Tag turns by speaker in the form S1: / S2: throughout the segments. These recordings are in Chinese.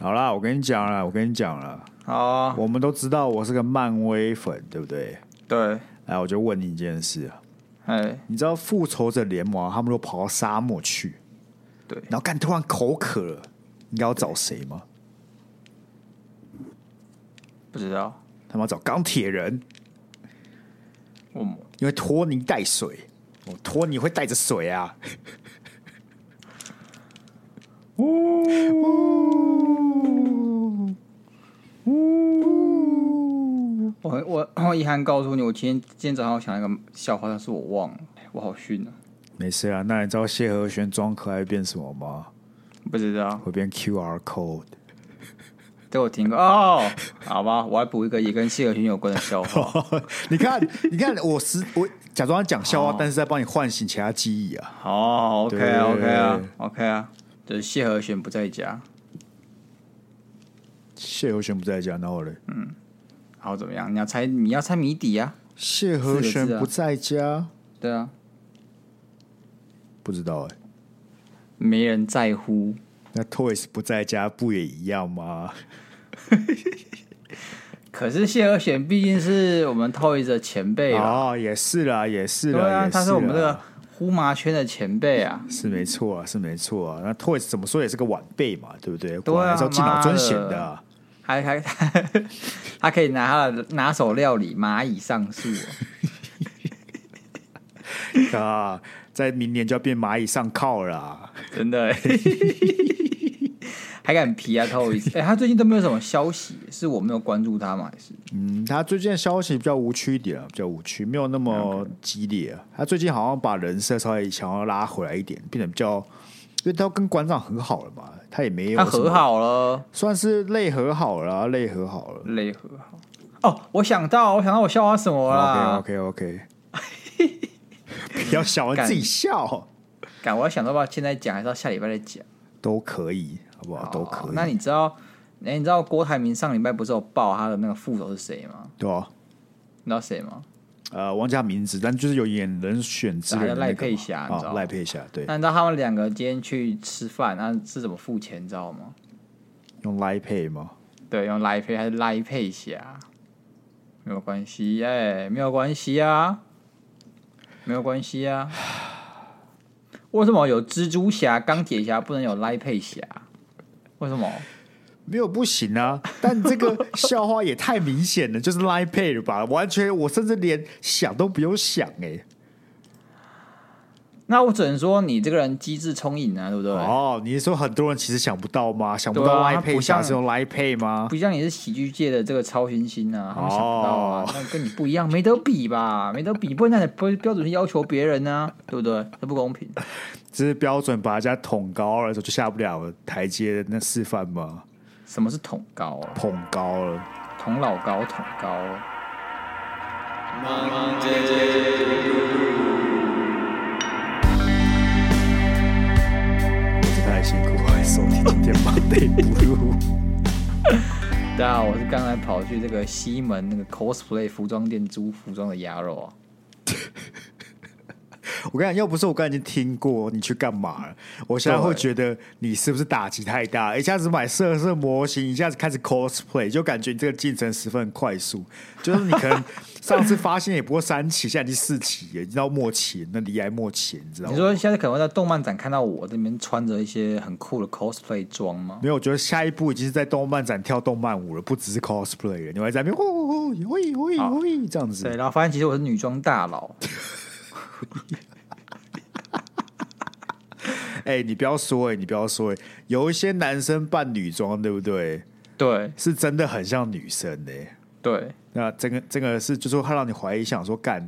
S1: 好啦，我跟你讲了，我跟你讲了，
S2: 好啊，
S1: 我们都知道我是个漫威粉，对不对？
S2: 对，
S1: 来，我就问你一件事啊，
S2: 哎，
S1: 你知道复仇者联盟啊他们都跑到沙漠去，
S2: 对，
S1: 然后干突然口渴了，应该要找谁吗？
S2: 不知道，
S1: 他们要找钢铁人，
S2: 我
S1: 因为托尼带水，哦，托尼会带着水啊。
S2: 我我我遗憾告诉你，我今天今天早上我想一个笑话，但是我忘了，我好逊啊，
S1: 没事啊，那你知道谢和弦装可爱会变什么吗？
S2: 不知道，
S1: 会变 QR code。
S2: 对我听过 哦，好吧，我来补一个也跟谢和弦有关的笑 话。
S1: 哦你看， 你看，我实我假装讲笑话，但是在帮你唤醒其他记忆啊。
S2: 哦，OK 啊
S1: 对
S2: ，OK 啊，OK 啊，就是谢和弦不在家，
S1: 谢和弦不在家，然后嘞，
S2: 然后怎么样？你要猜，你要猜谜底啊？
S1: 谢和弦
S2: 四个字啊
S1: 不在家，
S2: 对啊，
S1: 不知道哎、
S2: 没人在乎，
S1: 那 Toys 不在家不也一样吗？
S2: 可是谢和弦毕竟是我们 Toys 的前辈吧？
S1: 哦，也是啦，也是
S2: 对
S1: 啦，
S2: 啊，
S1: 也
S2: 他是我们这个
S1: 啦
S2: 呼麻圈的前辈啊。
S1: 是没错啊，是没错啊。那 Toys 怎么说也是个晚辈嘛，对不对？
S2: 对啊
S1: 果然还是要敬老尊贤的啊、
S2: 还还 他可以拿他的拿手料理蚂蚁上树、哦，
S1: 啊，在明年就要变蚂蚁上靠了啊、
S2: 真的欸， 还敢皮啊透 一次？哎、他最近都没有什么消息，是我没有关注他吗？还是
S1: 嗯，他最近的消息比较无趣一点啊，比较无趣，没有那么激烈、啊。他最近好像把人设稍微想要拉回来一点，变得比较，因为他跟馆长很好了嘛，他也没有
S2: 他
S1: 什么
S2: 和，好了，
S1: 算是类和好了、啊，类和好了。
S2: 累和好。哦，我想到，我想到我笑话什么啦？
S1: OK OK OK，不要想完
S2: 干
S1: 自己笑
S2: 敢我要想到吧，现在讲还是要下礼拜再讲？哦
S1: 都可以，好不好？都可以，
S2: 那你知道，哎、你知道郭台铭上礼拜不是有爆他的那个副手是谁吗？
S1: 对吧、
S2: 你知道谁吗？
S1: 呃，忘记他名字，但就是有演人选之类的
S2: 打
S1: 那个
S2: 赖佩
S1: 嘛
S2: 霞你知
S1: 啊，
S2: 道
S1: 赖
S2: 吗
S1: 佩霞，对，
S2: 那你知道他们两个今天去吃饭，那是怎么付钱，你知道吗？
S1: 用赖佩吗？
S2: 对，用来配还是来配侠，没有关系，哎、没有关系啊，没有关系啊。为什么有蜘蛛侠、钢铁侠不能有来配侠？为什么？
S1: 没有不行 啊，但这个笑话也太明显了，就是 Line Pay 了吧？完全，我甚至连想都不用想哎、
S2: 那我只能说你这个人机智聪颖啊，对不对？
S1: 哦，你是说很多人其实想不到吗？想不
S2: 对
S1: 到
S2: 啊
S1: Line
S2: 它
S1: Pay
S2: 不
S1: 下
S2: 像
S1: 是用 Line Pay 吗？
S2: 不像你是喜剧界的这个超新星啊，他们想不到啊
S1: 哦，
S2: 那、跟你不一样，没得比吧？没得比，不能按你标标准去要求别人啊，对不对？这不公平。
S1: 这是标准把人家捅高了，就下不了台阶的那示范吗？
S2: 什么是捅高啊？
S1: 捧高了，
S2: 捅老高，捅高啊。
S1: 这太辛苦了，收听今天 Monday Blue。
S2: 大家好，我是刚才跑去这个西门那个 cosplay 服装店租服装的鸭肉啊。
S1: 我跟你讲，要不是我刚才已经听过你去干嘛了，我现在会
S2: 对
S1: 觉得你是不是打击太大？一下子买色色模型，一下子开始 cosplay，就感觉你这个进程十分快速。就是你可能 上次发现也不过三期，现在已经四期了，已经到末期，那离开末期了，你知道
S2: 你
S1: 吗？
S2: 说现在可能会在动漫展看到我这边穿着一些很酷的 cosplay 装吗？
S1: 没有，我觉得下一步已经是在动漫展跳动漫舞了，不只是 cosplay 了，你会在那边呼呼呼，喂喂喂这样子
S2: 对，。然后发现其实我是女装大佬，
S1: 哎、你不要说哎、你不要说哎、有一些男生扮女装，对不对？
S2: 对
S1: 是真的很像女生哎、
S2: 对，
S1: 那这个这个是，就是会让你怀疑，想说干，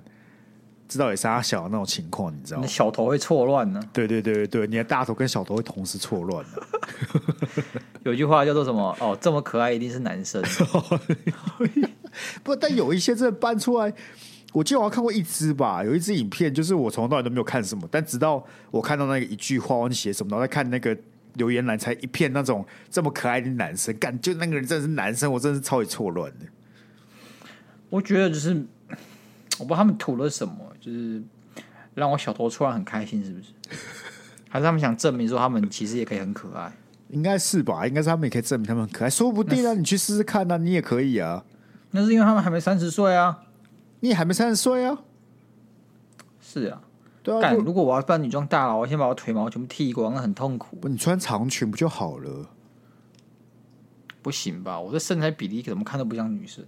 S1: 这到底是他小的那种情况，你知道
S2: 你
S1: 吗
S2: 的？小头会错乱呢。
S1: 对对对对对，你的大头跟小头会同时错乱的、
S2: 有一句话叫做什么？哦，这么可爱一定是男 生。
S1: 不，但有一些真的搬出来，我记得我好像看过一支吧，有一支影片，就是我从头到尾都没有看什么，但直到我看到那个一句话，忘记写什么，然后再看那个留言栏，才一片那种这么可爱的男生，干，就那个人真的是男生，我真的是超级错乱的。
S2: 我觉得就是，我不知道他们图了什么，就是 让我小头突然很开心，是不是？还是他们想证明说他们其实也可以很可爱？
S1: 应该是吧？应该是他们也可以证明他们很可爱，说不定啊，你去试试看啊，你也可以啊，
S2: 那是因为他们还没三十岁啊。
S1: 你也还没三十岁啊，
S2: 是啊，
S1: 对啊，
S2: 干！
S1: 如
S2: 如果我要扮女装大佬，我先把我腿毛全部剃光，那很痛苦。
S1: 你穿长裙不就好了？
S2: 不行吧？我的身材比例怎么看都不像女生，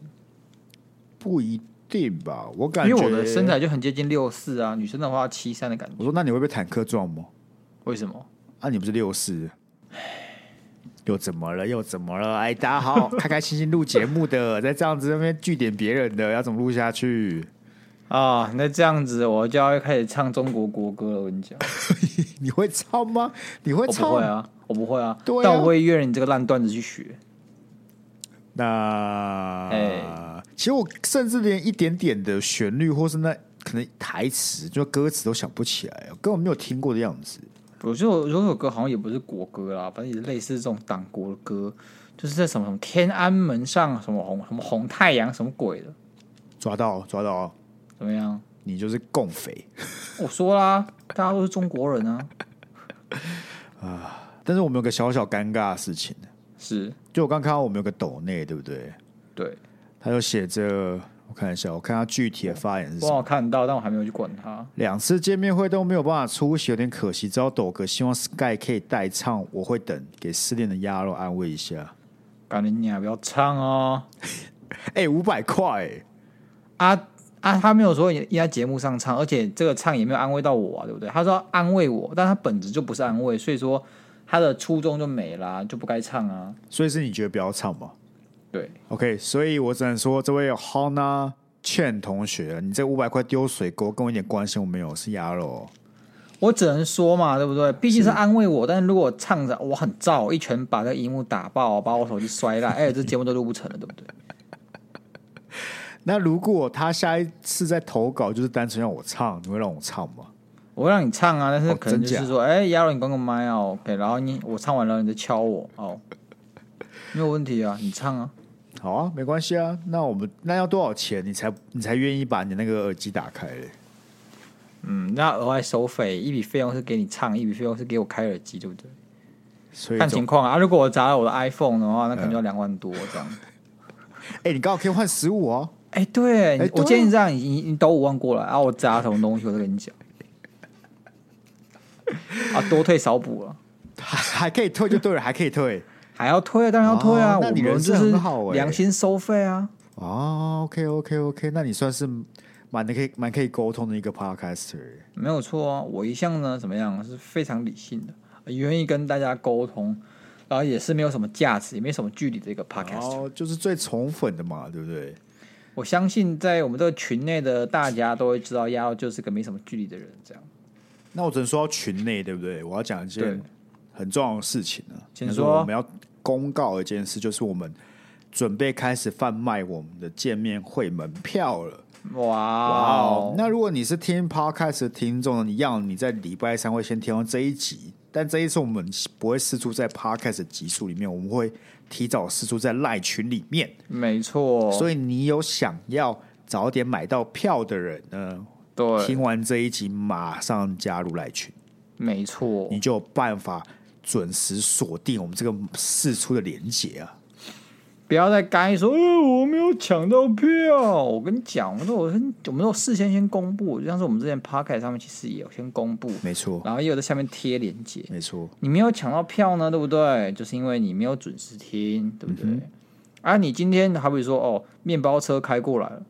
S1: 不一定吧？我
S2: 因
S1: 感
S2: 为
S1: 觉
S2: 我的身，材就很接近六四啊，女生的话七三的感
S1: 我
S2: 觉。
S1: 说那你会被坦克撞吗？
S2: 为什么？
S1: 啊，你不是六四？又怎么了？又怎么了？哎，大家 好，开开心心录节目的，在这样子那边据点别人的，要怎么录下去？
S2: 啊，那这样子我就要开始唱中国国歌了。我跟 你讲，
S1: 你会唱吗？你会
S2: 我
S1: 唱？
S2: 不会啊，我不会啊，
S1: 对啊
S2: 但我会约你这个烂段子去学。
S1: 那、
S2: 哎
S1: 其实我甚至连一点点的旋律或是那可能台词，就歌词都想不起来，根本没有听过的样子。
S2: 我觉得我这首歌好像也不是国歌啦，反正也是类似这种党国的歌，就是在什么什么天安门上什么红什么红太阳什么鬼的，
S1: 抓到，抓到，
S2: 怎么样？
S1: 你就是共匪。
S2: 我说啦，大家都是中国人啊，
S1: 但是我们有个小小尴尬的事情，
S2: 是
S1: 就我刚看到我们有个抖内，对不对？
S2: 对，
S1: 他就写着，我看一下，我看他具体的发言是什
S2: 我
S1: 么。
S2: 好看到，但我还没有去管他。
S1: 两次见面会都没有办法出席，有点可惜。只好抖哥，希望 Sky 可以代唱，我会等，给失恋的鸭肉安慰一下。
S2: 赶紧你啊，不要唱哦！
S1: 哎、五百块、欸，
S2: 啊啊，他没有说应该节目上唱，而且这个唱也没有安慰到我啊，对不对？他说安慰我，但他本质就不是安慰，所以说他的初衷就没啦、就不该唱啊。
S1: 所以是你觉得不要唱吗？
S2: 对，
S1: OK，所以我只能说，这位 Hana Chen 同学，你这五百块丢水沟，跟我一点关系都没有，是鸭肉。哦
S2: 我只能说嘛，对不对？毕竟是安慰我，但是如果唱着我很燥，一拳把这个荧幕打爆，把我手机摔烂，哎、这节目都录不成了，对不对？
S1: 那如果他下一次再投稿，就是单纯让我唱，你会让我唱吗？
S2: 我会让你唱啊，但是
S1: 哦
S2: 可能
S1: 真
S2: 就
S1: 假
S2: 是说，哎、亚伦，你关个麦啊，OK，然后你我唱完了，你再敲我哦，没有问题啊，你唱啊。
S1: 好啊，没关系啊。那我们那要多少钱，你才你才愿意把你那个耳机打开嘞？
S2: 嗯，那额外收费一笔费用是给你唱，一笔费用是给我开耳机，对不对？
S1: 所以
S2: 看
S1: 总
S2: 情况啊。如果我砸了我的 iPhone 的话，那
S1: 嗯
S2: 可能就要两万多这样。
S1: 哎、你刚好可以换十五哦。
S2: 哎、对，
S1: 哎对
S2: 我
S1: 啊
S2: 建议这样，你你你抖五万过来啊，我砸什么东西我再跟你讲。 啊，多退少补了，
S1: 还还可以退就对了，还可以退
S2: 还要退啊，当然要退
S1: 哦
S2: 啊。我
S1: 那你
S2: 们
S1: 人
S2: 就
S1: 真的
S2: 是
S1: 很好哎
S2: 良心收费啊。
S1: 哦。OK OK OK，那你算是蛮的可以蛮可以沟通的一个 podcaster。
S2: 没有错啊，我一向呢怎么样是非常理性的，呃愿意跟大家沟通，然后也是没有什么价值，也没什么距离的一个 podcast。
S1: 哦，就是最宠粉的嘛，对不对？
S2: 我相信在我们这个群内的大家都会知道，亚欧就是个没什么距离的人，这样，
S1: 那我只能说到群内，对不对？我要讲一
S2: 对
S1: 件很重要的事情啊，
S2: 请
S1: 就是
S2: 说
S1: 我们要公告一件事，就是我们准备开始贩卖我们的见面会门票了。哇
S2: 哇
S1: 哦
S2: 哦！！
S1: 那如果你是听 podcast 的听众呢，你要你在礼拜三会先听到这一集，但这一次我们不会试出在 podcast 的集数里面，我们会提早试出在赖群里面。
S2: 没错，
S1: 所以你有想要早点买到票的人呢，
S2: 对，
S1: 听完这一集马上加入赖群。
S2: 没错，
S1: 你就有办法准时锁定我们这个试出的连接啊。
S2: 不要再干说，呃我没有抢到票。我跟你讲，我说我很，我们都有事先先公布，就像是我们之前 p o c a s t 上面其实也有先公布，
S1: 没错，
S2: 然后也有在下面贴链接。
S1: 没错，
S2: 你没有抢到票呢，对不对？就是因为你没有准时听，对不对？啊，你今天好比说哦，面包车开过来了，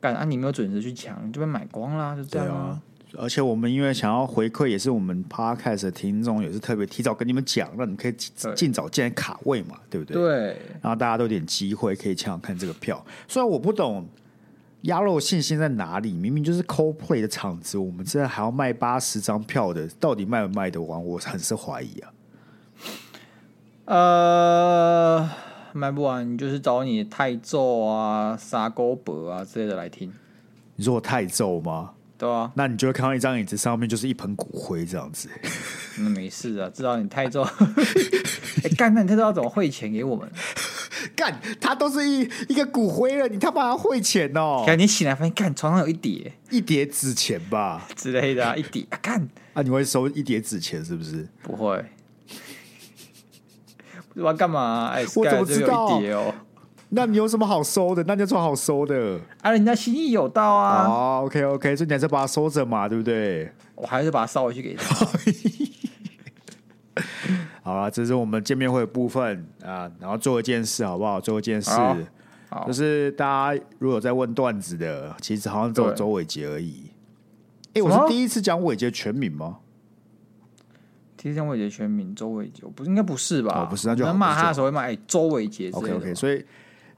S2: 干啊，你没有准时去抢，你就被买光啦，就这
S1: 对
S2: 样
S1: 啊。。而且我们因为想要回馈，也是我们 podcast 的听众，也是特别提早跟你们讲，让你们可以
S2: 对
S1: 尽早进来卡位嘛，对不啊对？。
S2: 对，
S1: 然后大家都有点机会可以抢抢看这个票。虽然我不懂鸭肉信心在哪里，明明就是 CoPlay 的场子，我们现在还要卖八十张票的，到底卖不卖得完？我很是怀疑啊。
S2: 呃，卖不完你就是找你泰咒啊、沙沟伯啊之类的来听，
S1: 你说我太皱吗？
S2: 对啊，
S1: 那你就会看到一张椅子上面就是一盆骨灰这样子。
S2: 那没事啊，知道你泰咒。哎、干，那你泰咒要怎么汇钱给我们？
S1: 干，他都是一一个骨灰了，你他妈还汇钱哦
S2: 看、，你醒来发现，干床上有一叠
S1: 一叠纸钱吧？
S2: 之类的、啊，一叠啊，干
S1: 啊，你会收一叠纸钱是不是？
S2: 不会。不知道干嘛、啊？哎，
S1: 我怎么
S2: Sky 这
S1: 知
S2: 边
S1: 道
S2: 有一叠哦？
S1: 那你有什么好收的？那你有什么好收的？
S2: 啊，人家心意有到啊，
S1: 哦，OK OK，所以你还是把它收着嘛，对不对？
S2: 我还是把它捎回去给他。
S1: 好啦，这是我们见面会的部分啊，然后做一件事好不好？做一件事
S2: 好，好
S1: 就是大家如果有在问段子的，其实好像只有
S2: 对
S1: 周伟杰而已。哎、
S2: 什
S1: 我
S2: 么
S1: 是第一次讲伟杰全名吗？
S2: 提升伟杰全名周伟杰，不是应该不是
S1: 哦
S2: 吧？
S1: 不是那就好
S2: 我们
S1: 不
S2: 骂
S1: 是就
S2: 他的时候会骂哎周伟杰之类
S1: OK
S2: 的
S1: OK，
S2: 吧
S1: 所以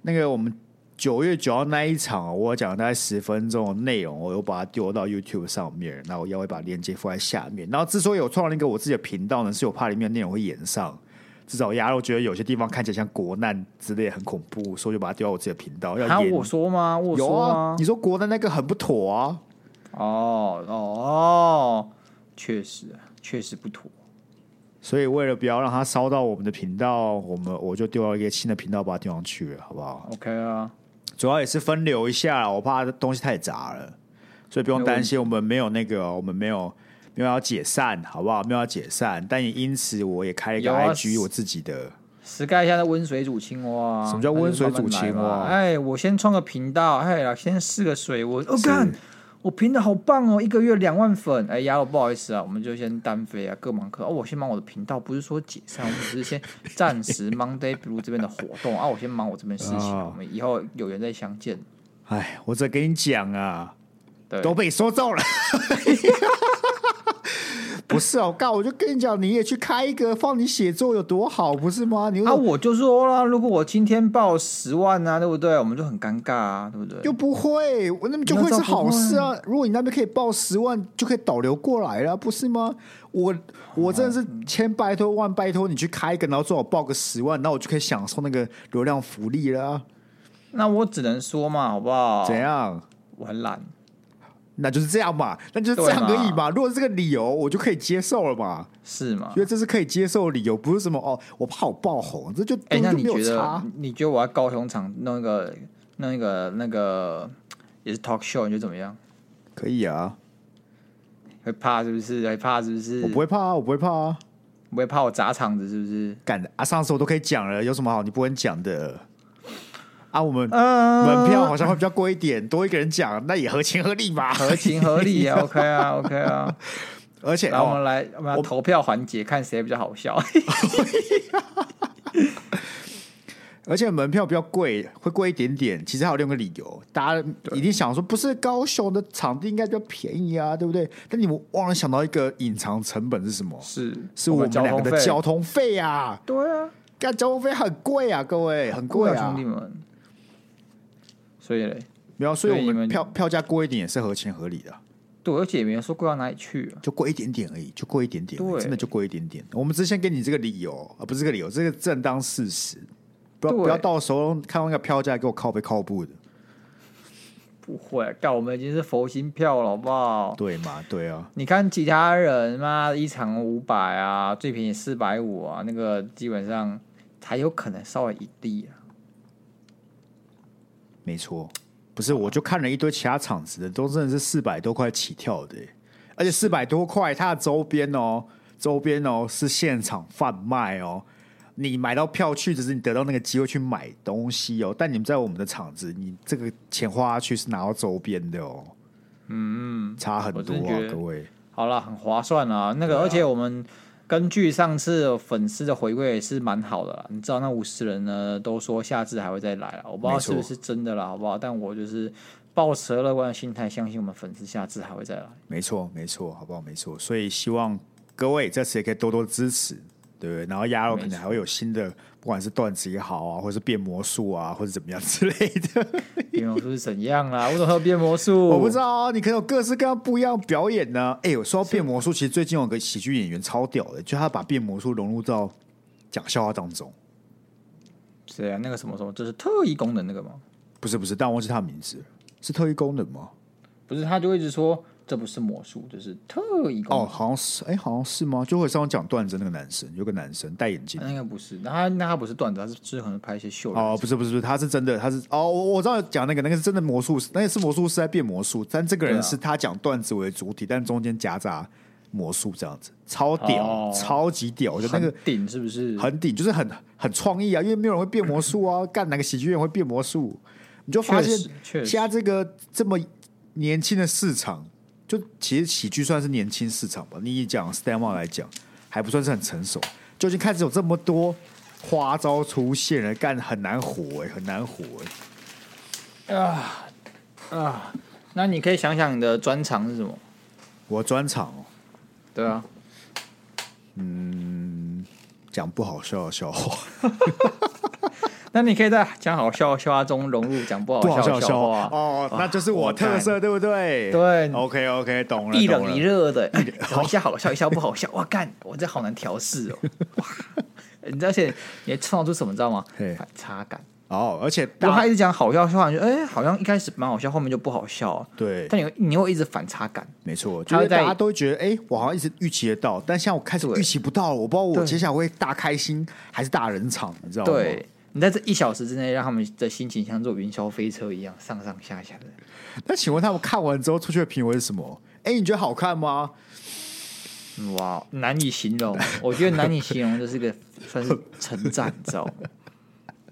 S1: 那个我们九月九号那一场哦，我讲大概十分钟的内容，我又把它丢到 YouTube 上面，那我要会把链接放在下面。然后之所以有创了一个我自己的频道呢，是我怕里面的内容会延上。至少鸭肉觉得有些地方看起来像国难之类很恐怖，所以我就把它丢到我自己的频道。
S2: 啊，
S1: 要延
S2: 我说吗？我
S1: 有
S2: 说
S1: 啊
S2: 吗，？
S1: 你说国难那个很不妥啊，
S2: 哦哦哦，确实确实不妥。啊
S1: 所以为了不要让它烧到我们的频道，我们我就丢到一个新的频道把它丢上去了，好不好？
S2: OK 啊，
S1: 主要也是分流一下，我怕东西太杂了，所以不用担心，我们没有那个哦，我们没有没有要解散，好不好？没有要解散，但也因此我也开了一个
S2: 有啊
S1: IG 我自己的，
S2: s k y 现在温水煮青蛙啊。
S1: 什么叫温水煮青蛙
S2: 那就慢慢来嘛哎，我先创个频道，哎呀，先试个水温。我干，我频道好棒哦，一个月两万粉。哎呀，我不好意思啊，我们就先单飞啊，各忙各。哦，我先忙我的频道，不是说解散，我们只是先暂时 Monday Blue 这边的活动啊，我先忙我这边事情，
S1: 哦
S2: 我们以后有缘再相见。
S1: 哎，我这跟你讲啊，
S2: 对，
S1: 都被你说中了。 不是哦，告我就跟你讲，你也去开一个放你写作有多好，不是吗？你又
S2: 啊，我就说啦，如果我今天报十万啊，对不对？我们就很尴尬啊，对不对？
S1: 又不会，我那边就会是好事啊。如果你那边可以报十万，就可以导流过来了，不是吗？我我真的是千拜托万拜托你去开一个，然后最好报个十万，那我就可以享受那个流量福利了啊、
S2: 那我只能说嘛，好不好？
S1: 怎？样？
S2: 我很懒。
S1: 那就是这样嘛，那就是这样而
S2: 对嘛啊
S1: 已嘛。如果是这个理由，我就可以接受了嘛，
S2: 是吗
S1: 因？为这是可以接受的理由，不是什么哦，我怕我爆红，这就
S2: 哎、
S1: 根
S2: 那
S1: 本
S2: 你
S1: 就没
S2: 觉
S1: 有
S2: 得
S1: 差。？
S2: 你觉得我在高雄场弄一个、弄一个、那个也是 talk show，你觉得怎么样？
S1: 可以啊，
S2: 会怕是不是？会怕是不是？
S1: 我不会怕啊，我不会怕啊。
S2: 不会怕我砸场子是不是？
S1: 干的啊，上次我都可以讲了，有什么好你不能讲的？啊，我们
S2: 嗯、
S1: 门票好像会比较贵一点，多一个人讲，那也合情合理吧。
S2: 合情合理啊，OK 啊，OK 啊。
S1: 而且
S2: 然后我们
S1: 哦，
S2: 来，我们来投票环节，看谁比较好笑。
S1: 而且门票比较贵，会贵一点点。其实还有另一个理由，大家一定想说，不是高雄的场地应该比较便宜啊，对不对？但你们忘了想到一个隐藏成本是什么？
S2: 是，
S1: 是我们
S2: 交
S1: 两个
S2: 通
S1: 的
S2: 费。
S1: 交通费啊！
S2: 对啊，
S1: 干交通费很贵啊，各位很贵
S2: 啊，
S1: 啊
S2: 兄弟。们。所以嘞，
S1: 没有，所以
S2: 所以
S1: 我
S2: 你
S1: 们
S2: 们
S1: 票票价贵一点也是合情合理的，
S2: 对，而且也没有说贵到哪里去啊。
S1: 就贵一点点而已，就贵一点点而已，
S2: 对
S1: 真的就贵一点点。我们之前给你这个理由，啊，不是这个理由，这个正当事实，不要
S2: 对
S1: 不要到时候看到那个票价给我靠背靠步的。
S2: 不会，干我们已经是佛心票了，好不好？
S1: 对嘛？对啊，
S2: 你看其他人妈一场五百啊，最便宜四百五啊，那个基本上才有可能稍微一低啊。
S1: 没错。不是，我就看了一堆其他厂子的，都真的是四百多块起跳的耶，而且四百多块它的周边哦，周边哦是现场贩卖哦。你买到票去，只是你得到那个机会去买东西哦。但你们在我们的厂子，你这个钱花下去是拿到周边的哦，
S2: 嗯，
S1: 差很
S2: 我
S1: 多
S2: 真的
S1: 啊
S2: 觉，得
S1: 各位。
S2: 好啦，很划算啊。那个，而且我们根据上次粉丝的回馈也是蛮好的啦。你知道那五十人呢都说下次还会再来了，我不知道
S1: 没错
S2: 是不是真的啦，好不好？但我就是抱持乐观的心态，相信我们粉丝下次还会再来。
S1: 没错，没错，好不好？没错，所以希望各位这次也可以多多支持，对不对？然后鸭肉可
S2: 没
S1: 能还会有新的，不管是段子也好啊，或是变魔术啊，或者怎么样之类的，
S2: 变魔术是怎样啦？为什么还有变魔术？
S1: 我不知道啊、你可能有各式各样不一样的表演呢、哎、我说到变魔术，其实最近有个喜剧演员超屌的，就他把变魔术融入到讲笑话当中，
S2: 谁啊？那个什么什么，就是特异功能那个吗？
S1: 不是不是，但我忘记他的名字了，是特异功能吗？
S2: 不是，他就一直说这不是魔术，这是特异功
S1: 哦，
S2: 能。
S1: 好像是，哎、好像是吗？就会上次讲段子那个男生，有个男生戴眼镜
S2: 那，应该不是，那他那他不是段子，他是是可能拍一些秀的。
S1: 哦，不是不是不是，他是真的，他是哦，我我知道讲那个那个是真的魔术师，那个是魔术师在变魔术，但这个人
S2: 对啊
S1: 是他讲段子为主体，但中间夹杂魔术这样子，超屌，
S2: 哦
S1: 超级屌！我觉得那个
S2: 很顶是不是？
S1: 很顶，就是很很创意啊，因为没有人会变魔术啊，干哪个喜剧人会变魔术？你就发
S2: 确
S1: 现
S2: 实确实
S1: 现在这个这么年轻的市场，就其实喜剧算是年轻市场吧。你以讲 stand up 来讲，还不算是很成熟，就已经开始有这么多花招出现了，干很难火哎、很难火哎、
S2: 啊。那你可以想想你的专长是什么？
S1: 我专场哦，
S2: 对啊，
S1: 嗯讲不好笑的笑话，
S2: 那你可以在讲好笑的笑话中融入讲不好
S1: 不好
S2: 笑
S1: 笑的
S2: 的笑
S1: 笑
S2: 话
S1: 话。哦，那就是
S2: 我
S1: 我特
S2: 干
S1: 色，对不对？
S2: 对
S1: ，OK OK，懂了，
S2: 一
S1: 哦懂
S2: 冷
S1: 了
S2: 一热的，哎讲一下好笑，一下不 好笑。哇，干，我这好难调试哦。哇，你知道，而且你还创造出什么，你知道吗
S1: 嘿？
S2: 反差感。
S1: 哦，而且
S2: 如果
S1: 大
S2: 他一直讲好笑的笑话，你就哎，好像一开始蛮好笑，后面就不好笑哦。
S1: 对，
S2: 但你会你会一直反差感，
S1: 没错，就
S2: 他会
S1: 是大
S2: 在
S1: 家都会觉得，哎、我好像一直预期得到，但像我开始
S2: 对
S1: 预期不到了，我不知道我
S2: 对
S1: 接下来会大开心还是大冷场，你知道吗？
S2: 对，你在这一小时之内让他们的心情像坐云霄飞车一样上上下下的。
S1: 那请问他们看完之后出去的评论是什么？哎、你觉得好看吗？
S2: 嗯哇，难以形 容，我觉得难以形容，这是个算是称赞，你知道吗？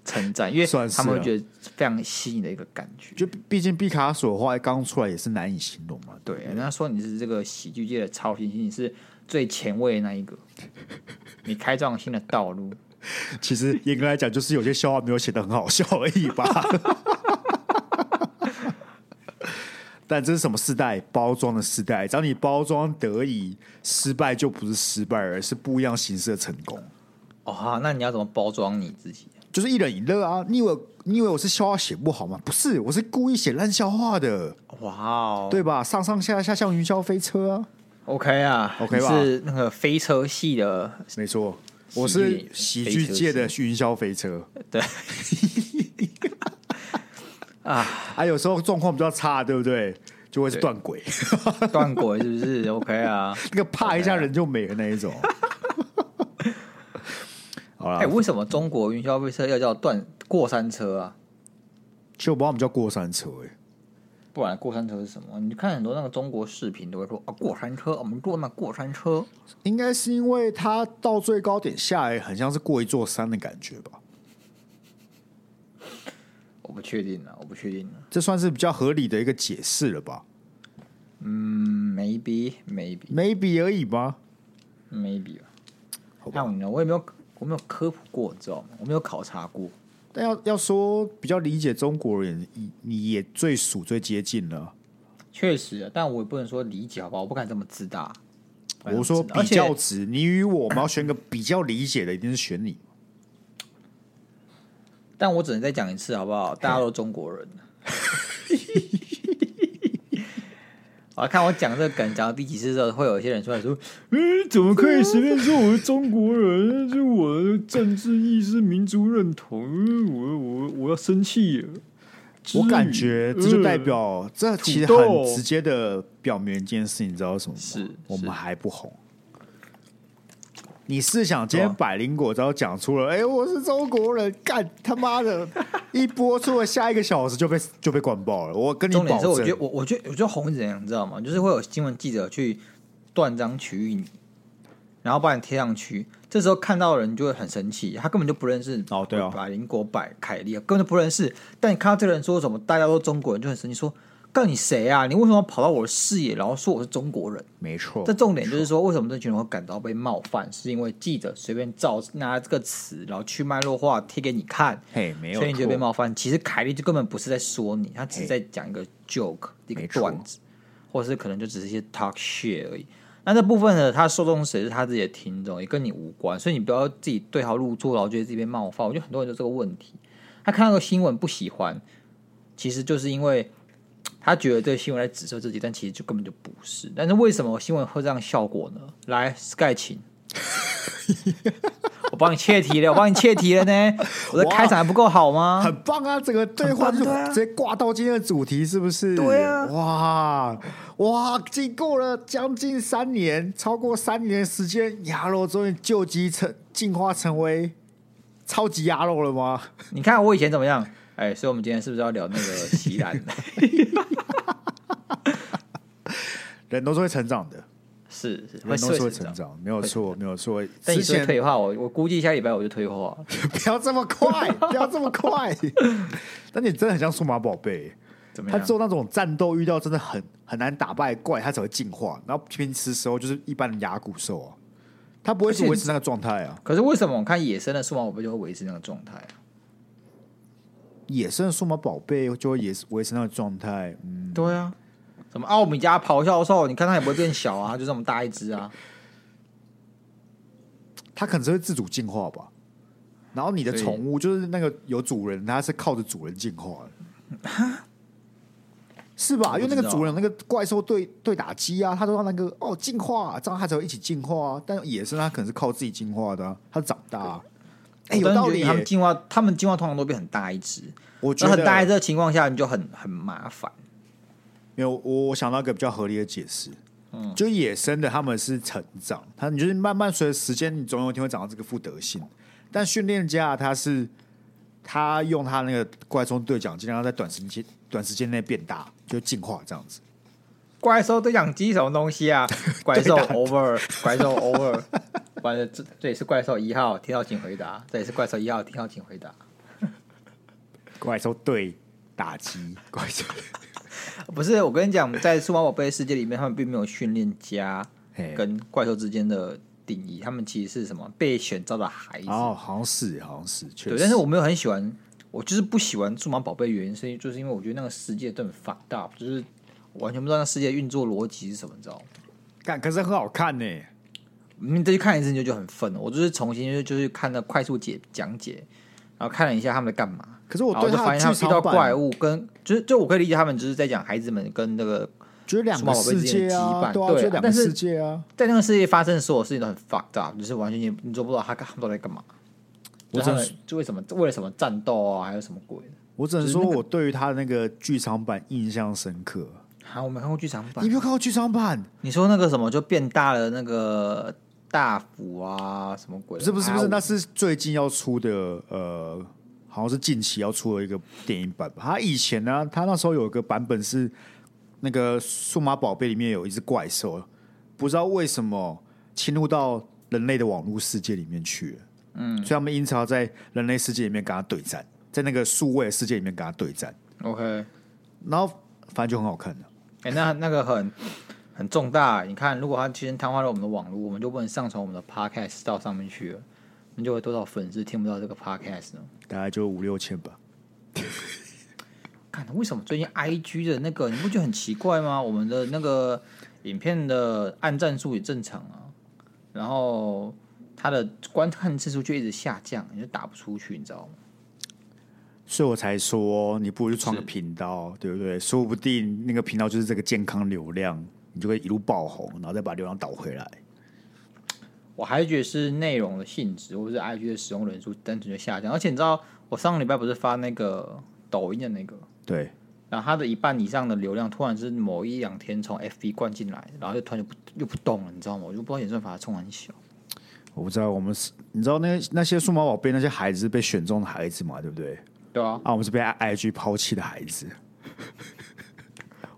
S2: 称赞，因为
S1: 算是
S2: 他们会
S1: 啊
S2: 觉得非常吸引的一个感觉。
S1: 就毕竟毕卡索的话刚出来也是难以形容嘛，
S2: 对，人家说你是这个喜剧界的超新星，你是最前卫的那一个，你开创新的道路。
S1: 其实严格来讲，就是有些笑话没有写的很好笑而已吧。 但这是什么时代？包装的时代，只要你包装得宜，失败就不是失败，而是不一样形式的成功。
S2: 哦哈，那你要怎么包装你自己？
S1: 就是一人一乐啊！你以为你以为我是笑话写不好吗？不是，我是故意写烂笑话的，
S2: 哇哦，
S1: 对吧？上上下下像云霄飞车啊，
S2: ，OK 啊
S1: OK
S2: 你
S1: 吧
S2: 是那个飞车系的，
S1: 没错，
S2: 喜剧
S1: 我是喜剧界的云霄飞车。
S2: 对，
S1: 啊，有时候状况比较差，对不对？就会是断轨，
S2: 断轨是不是？OK 啊，
S1: 那个啪一下人就没了那 一种。好
S2: 哎、
S1: 了，
S2: 为什么中国云霄飞车要叫断过山车啊？
S1: 其实我不知道我们叫过山车、欸，
S2: 不然过山车是什么？你看很多那个中国视频都会说啊，过山车，我们坐那过山车。
S1: 应该是因为它到最高点下来，很像是过一座山的感觉吧？
S2: 我不确定了，啊我不确定了。
S1: 这算是比较合理的一个解释了吧
S2: 嗯，maybe maybe
S1: ？maybe 而已吗？
S2: maybe 吧。
S1: 好吧
S2: 那我呢？我也没有，我没有科普过，你知道吗？我没有考察过。
S1: 但要要说比较理解中国人，你你也最属最接近了。
S2: 确实，啊但我也不能说理解，好吧？我不敢这么自大。不敢这
S1: 我
S2: 么
S1: 说
S2: 自大
S1: 比较
S2: 哎而且
S1: 值，你与我，我们要选个比较理解的，一定是选你。
S2: 但我只能再讲一次，好不好？大家都中国人。 我看我讲这个梗讲到第几次之后，会有一些人出来说：“嗯，怎么可以随便说我是中国人？这是我的政治意识、民族认同。嗯我我我要生气了。”
S1: 我感觉这就代
S2: 嗯
S1: 表，这其实
S2: 土
S1: 很
S2: 豆
S1: 直接的表明一件事，你知道是什么吗？
S2: 是
S1: 我
S2: 是
S1: 们还不红。你试想，今天
S2: 对啊
S1: 百灵果只要讲出
S2: 啊
S1: 了，哎、我是中国人，干他妈的，一播出了下一个小时就被就被灌爆了。我跟你
S2: 重
S1: 保
S2: 点是，
S1: 证，
S2: 我觉得我我觉得我觉得红是怎样，你知道吗？就是会有新闻记者去断章取义你，然后把你贴上去。这时候看到的人就会很生气，他根本就不认识
S1: 哦对啊
S2: 百灵果、百凯利啊，根本就不认识。但你看到这个人说什么，大家都中国人，就很生气，说：“干你谁啊？你为什么跑到我的视野，然后说我是中国人？”
S1: 没错
S2: 这。重点就是说，为什么这群人会感到被冒犯，是因为记者随便造拿这个词，然后去脉络化贴给你看，
S1: 嘿，没有
S2: 所以你就
S1: 错哎
S2: 被冒犯。其实凯莉就根本不是在说你，她只是在讲一个 joke，一个
S1: 没错
S2: 段子，或者是可能就只是一些 talk shit 而已。那这部分呢，他受众谁是他自己的听众，也跟你无关，所以你不要自己对号入座，然后觉得自己被冒犯。我觉得很多人就这个问题，他看到个新闻不喜欢，其实就是因为他觉得这个新闻在指责自己，但其实就根本就不是。但是为什么新闻会这样效果呢？来，Sky 请。 我帮你切题了，我帮你切题了呢。我的
S1: 哇
S2: 开场还不够好吗？
S1: 很棒啊！整个对话就
S2: 很棒对啊
S1: 直接挂到今天的主题，是不是？
S2: 对啊
S1: 哇哇！经过了将近三年，超过三年的时间，鸭肉终于救急成进化成为 超级鸭肉了吗？
S2: 你看我以前怎么样？哎，所以我们今天是不是要聊那个席兰？
S1: 人都是会成长的，
S2: 是是
S1: 人都
S2: 睡
S1: 是会
S2: 死
S1: 成
S2: 的。
S1: 长，没有错，没有错。
S2: 但
S1: 之
S2: 你说
S1: 前
S2: 退化，我我估计下礼拜我就退化了，
S1: 不要这么快，不要这么快。 但你真的很像数码宝贝，
S2: 怎么
S1: 它
S2: 样
S1: 只？有那种战斗遇到真的很很难打败的怪，它才会进化。然后平时时候就是一般的牙骨兽啊，它不会
S2: 而
S1: 是
S2: 且
S1: 维持那个状态啊。
S2: 可是为什么我看野生的数码宝贝就会维持那个状态啊？
S1: 野生的数码宝贝就会也是维持那个状态，嗯，
S2: 对啊，什么奥米加咆哮兽，你看它也不会变小啊，它就这么大一只啊。
S1: 它可能是会自主进化吧。然后你的
S2: 所以
S1: 宠物就是那个有主人，它是靠着主人进化的，是吧？
S2: 我
S1: 因
S2: 不
S1: 为那
S2: 知
S1: 个
S2: 道
S1: 主人那个怪兽对对打击啊，它都要那个哦进化、这样它才会一起进化啊。但野生它可能是靠自己进化的、啊，它长大、啊。哎、
S2: 我
S1: 有
S2: 真的
S1: 道
S2: 觉得
S1: 理耶、
S2: 他们进化，他们进化通常都变很大一只，
S1: 我觉
S2: 那
S1: 得
S2: 很大一只的情况下，你就很很麻烦。
S1: 没有，我我想到一个比较合理的解释，嗯，就野生的他们是成长，他你就是慢慢随着时间，你总有一天会长到这个副德性。但训练家他是他用他那个怪兽对讲机，让他在短时间短时间内变大，就进化这样子。
S2: 怪兽对讲机什么东西 啊？怪兽 over，怪兽 over，完了，这这也是怪兽一号，听到请回答，这也是怪兽一号，听到请回答。
S1: 怪兽对打击怪 兽，
S2: 不是，我跟你讲，在数码宝贝世界里面，他们并没有训练家
S1: 嘿
S2: 跟怪兽之间的定义，他们其实是什么被选召的孩子。
S1: 哦，好像是，好像是，确
S2: 对，
S1: 实。
S2: 但是我没有很喜欢，我就是不喜欢数码宝贝，原因是就是因为我觉得那个世界都很 fucked up，就是我完全不知道那世界运作逻辑是什么，你知道吗？
S1: 干，可是很好看呢、
S2: 你再去看一次你就觉得很愤了。我就是重新就就是看了快速解讲解，然后看了一下他们在干嘛，
S1: 可是我
S2: 然后
S1: 对
S2: 就
S1: 它
S2: 发
S1: 的
S2: 现他
S1: 剧
S2: 们遇到
S1: 场
S2: 怪
S1: 版，
S2: 物跟就是就我可以理解他们就是在讲孩子们跟那个
S1: 就是两
S2: 数
S1: 个
S2: 码宝贝
S1: 世
S2: 之间
S1: 界
S2: 的羁
S1: 啊，
S2: 绊
S1: 对啊，
S2: 对啊
S1: 就两个
S2: 但是
S1: 世界啊。
S2: 在那个世界发生的所有事情都很 fucked up，就是完全你你都不知道他他们都在干嘛。
S1: 我
S2: 就
S1: 只
S2: 他
S1: 能
S2: 们就为什么为了什么战斗啊，还有什么鬼的？
S1: 我只能说，我对于他那个剧场版印象深刻。
S2: 啊，我没看过剧场版
S1: 你。没有看过剧场版？
S2: 你说那个什么就变大了那个大斧啊，什么鬼
S1: 不
S2: 的？
S1: 是不是不
S2: 啊
S1: 是，
S2: 我
S1: 那是最近要出的，呃，好像是近期要出的一个电影版吧。他以前呢、他那时候有一个版本是那个数码宝贝里面有一只怪兽，不知道为什么侵入到人类的网络世界里面去了。嗯，所以他们因此要在人类世界里面跟他对战，在那个数位的世界里面跟他对战，
S2: OK，
S1: 然后反正就很好看的。
S2: 哎、那那个很很重大。你看，如果他今天瘫痪了我们的网络，我们就不能上传我们的 podcast 到上面去了，那就会多少粉丝听不到这个 podcast 呢？
S1: 大概就五六千吧，
S2: 看，为什么最近 IG 的那个你不觉得很奇怪吗？我们的那个影片的按赞数也正常啊，然后它的观看次数就一直下降，你就打不出去，你知道吗？
S1: 所以我才说你不如去创个频道，对不对？说不定那个频道就是这个健康流量，你就会一路爆红，然后再把流量导回来。
S2: 我还觉得是内容的性质，或者是 IG 的使用人数单纯就下降。而且你知道，我上个礼拜不是发那个抖音的那个，
S1: 对，
S2: 然后它的一半以上的流量突然是某一两天从 FB 灌进来，然后又突然就不又不动了，你知道吗？我就不知道演算法冲很小。
S1: 我不知道我们是，你知道那那些数码宝贝那些孩子是被选中的孩子嘛，对不对？
S2: 对啊，
S1: 啊，我们是被 I G 抛弃的孩子，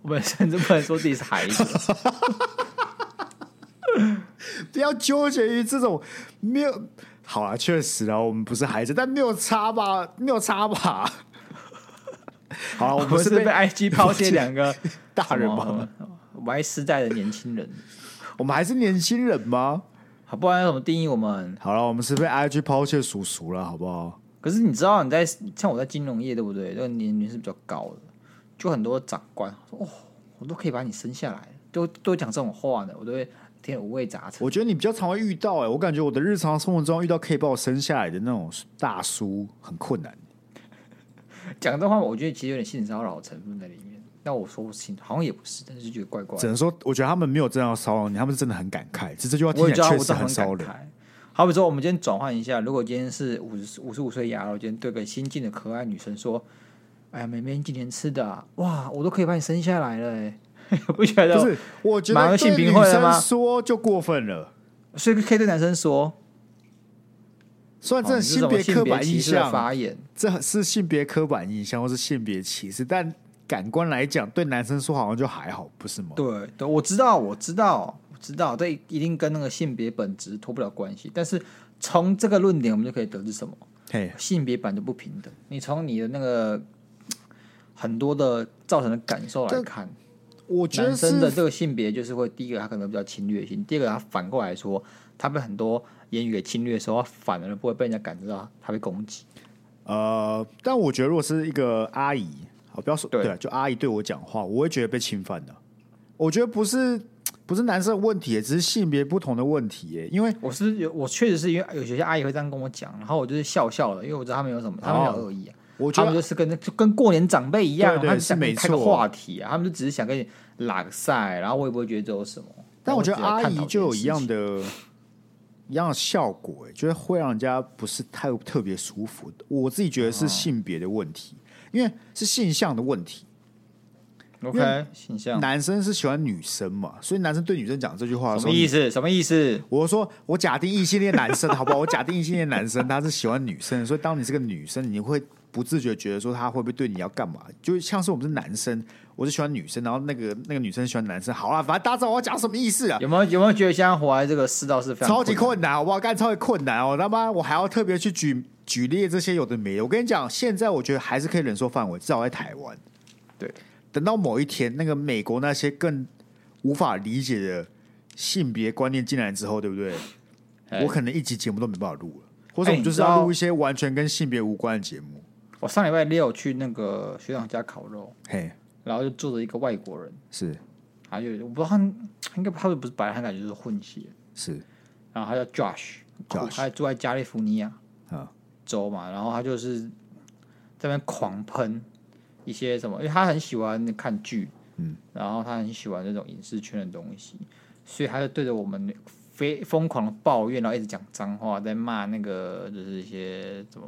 S2: 我们甚至不能说自己是孩子。
S1: 不要纠结于这种没有。好啊，确实啊，我们不是孩子，但没有差吧？没有差 吧？好啊，我
S2: 我
S1: 们
S2: 是
S1: 是
S2: 被
S1: 被
S2: IG 抛弃两个
S1: 大人吗
S2: 什么？歪时代的年轻人，
S1: 我们还是年轻人吗？
S2: 好，不然要怎么定义我们？
S1: 好了，我们是被 I G 抛弃的叔叔了，好不好？
S2: 可是你知道你在像我在金融业对不对？这个年龄是比较高的，就很多长官说哦，我都可以把你生下来，都都会讲这种话的，我都会天五味杂陈。
S1: 我觉得你比较常会遇到哎、我感觉我的日常生活中遇到可以把我生下来的那种大叔很困难。
S2: 讲这话，我觉得其实有点性骚扰的成分在里面。但我说不清，好像也不是，但是就觉得怪怪
S1: 只
S2: 的。
S1: 能说，我觉得他们没有真的要骚扰你，他们是真的很感慨。这这句话听
S2: 我也
S1: 起
S2: 觉得
S1: 来
S2: 我
S1: 确
S2: 真
S1: 实
S2: 的很感
S1: 骚人。
S2: 慨。好比说，我们今天转换一下，如果今天是五十五十五岁牙肉，今天对个新进的可爱女生说：“哎呀，妹妹，你今天吃的、啊、哇，我都可以把你生下来了、欸。” 不觉得？
S1: 不是，我觉
S2: 马
S1: 得
S2: 上
S1: 对
S2: 性
S1: 女
S2: 平会了吗
S1: 生说就过分了。
S2: 所以可以对男生说，
S1: 虽然这是
S2: 哦你这
S1: 性
S2: 种
S1: 别刻板
S2: 歧
S1: 印
S2: 视的
S1: 象，
S2: 发言，
S1: 这是性别刻板印象或是性别歧视，但感官来讲，对男生说好像就还好，不是吗？
S2: 对对，我知道，我知道，我知道，这一定跟那个性别本质脱不了关系。但是从这个论点，我们就可以得知什么？
S1: 嘿，
S2: 性别版的不平等。你从你的那个很多的造成的感受来
S1: 这
S2: 看，
S1: 我觉得
S2: 男
S1: 是
S2: 生的这个性别就是会，第一个他可能比较侵略性，第二个他反过来说，他被很多言语给侵略的时候，他反而不会被人家感知到他被攻击。
S1: 呃，但我觉得如果是一个阿姨，好不要说
S2: 对
S1: 对啊，就阿姨对我讲话，我会觉得被侵犯的。我觉得不是不是男生的问题耶，只是性别不同的问题耶。因为
S2: 我是有，我确实是因为有些阿姨会这样跟我讲，然后我就是笑笑的，因为我知道他们有什么，他们没有恶意啊，
S1: 我觉
S2: 他们
S1: 得
S2: 就是跟就跟过年长辈一样，
S1: 对对
S2: 他们想
S1: 是没
S2: 开个
S1: 错
S2: 话题啊，他们就只是想跟你拉个赛，然后我也不会觉得这有什么。
S1: 但我觉得
S2: 然后
S1: 阿
S2: 只是来探讨
S1: 姨就有一样
S2: 这件事情，
S1: 的一样的效果，哎，就是会让人家不是太特别舒服。我自己觉得
S2: 啊
S1: 是性别的问题，因为是性向的问题。因
S2: OK 形象
S1: 男生是喜欢女生嘛，所以男生对女生讲这句话的
S2: 什
S1: 时
S2: 么
S1: 候，
S2: 意思？什么意思？
S1: 我说我假定异性恋男生好不好？我假定异性恋男生他是喜欢女生，所以当你是个女生，你会不自觉觉得说他会不会对你要干嘛？就像是我们是男生，我是喜欢女生，然后那个那个女生喜欢男生，好啦，反正大家知道我要讲什么意思啊。
S2: 有没有有没有觉得现在活在这个世道是非常
S1: 超级
S2: 困难
S1: 困难，好不好？干超级困难哦！他妈，我还要特别去举举例这些有的没的。我跟你讲，现在我觉得还是可以忍受范围，至少在台湾。
S2: 对，
S1: 等到某一天，那个美国那些更无法理解的性别观念进来之后，对不对？
S2: 哎
S1: 我可能一集节目都没办法录了，或者
S2: 哎
S1: 我们就是
S2: 你知
S1: 要
S2: 道
S1: 录一些完全跟性别无关的节目。
S2: 我上礼拜六去那个学长家烤肉，
S1: 嘿，
S2: 然后就坐着一个外国人，
S1: 是
S2: 还有我不知道他应该他不是白人，他感觉就是混血，
S1: 是，
S2: 然后他叫 Josh，
S1: Josh
S2: 他住在加利福尼亚
S1: 嗯
S2: 州嘛，然后他就是在那边狂喷一些什么，因为他很喜欢看剧，嗯，然后他很喜欢这种影视圈的东西，所以他就对着我们非疯狂的抱怨，然后一直讲脏话，在骂那个就是一些什么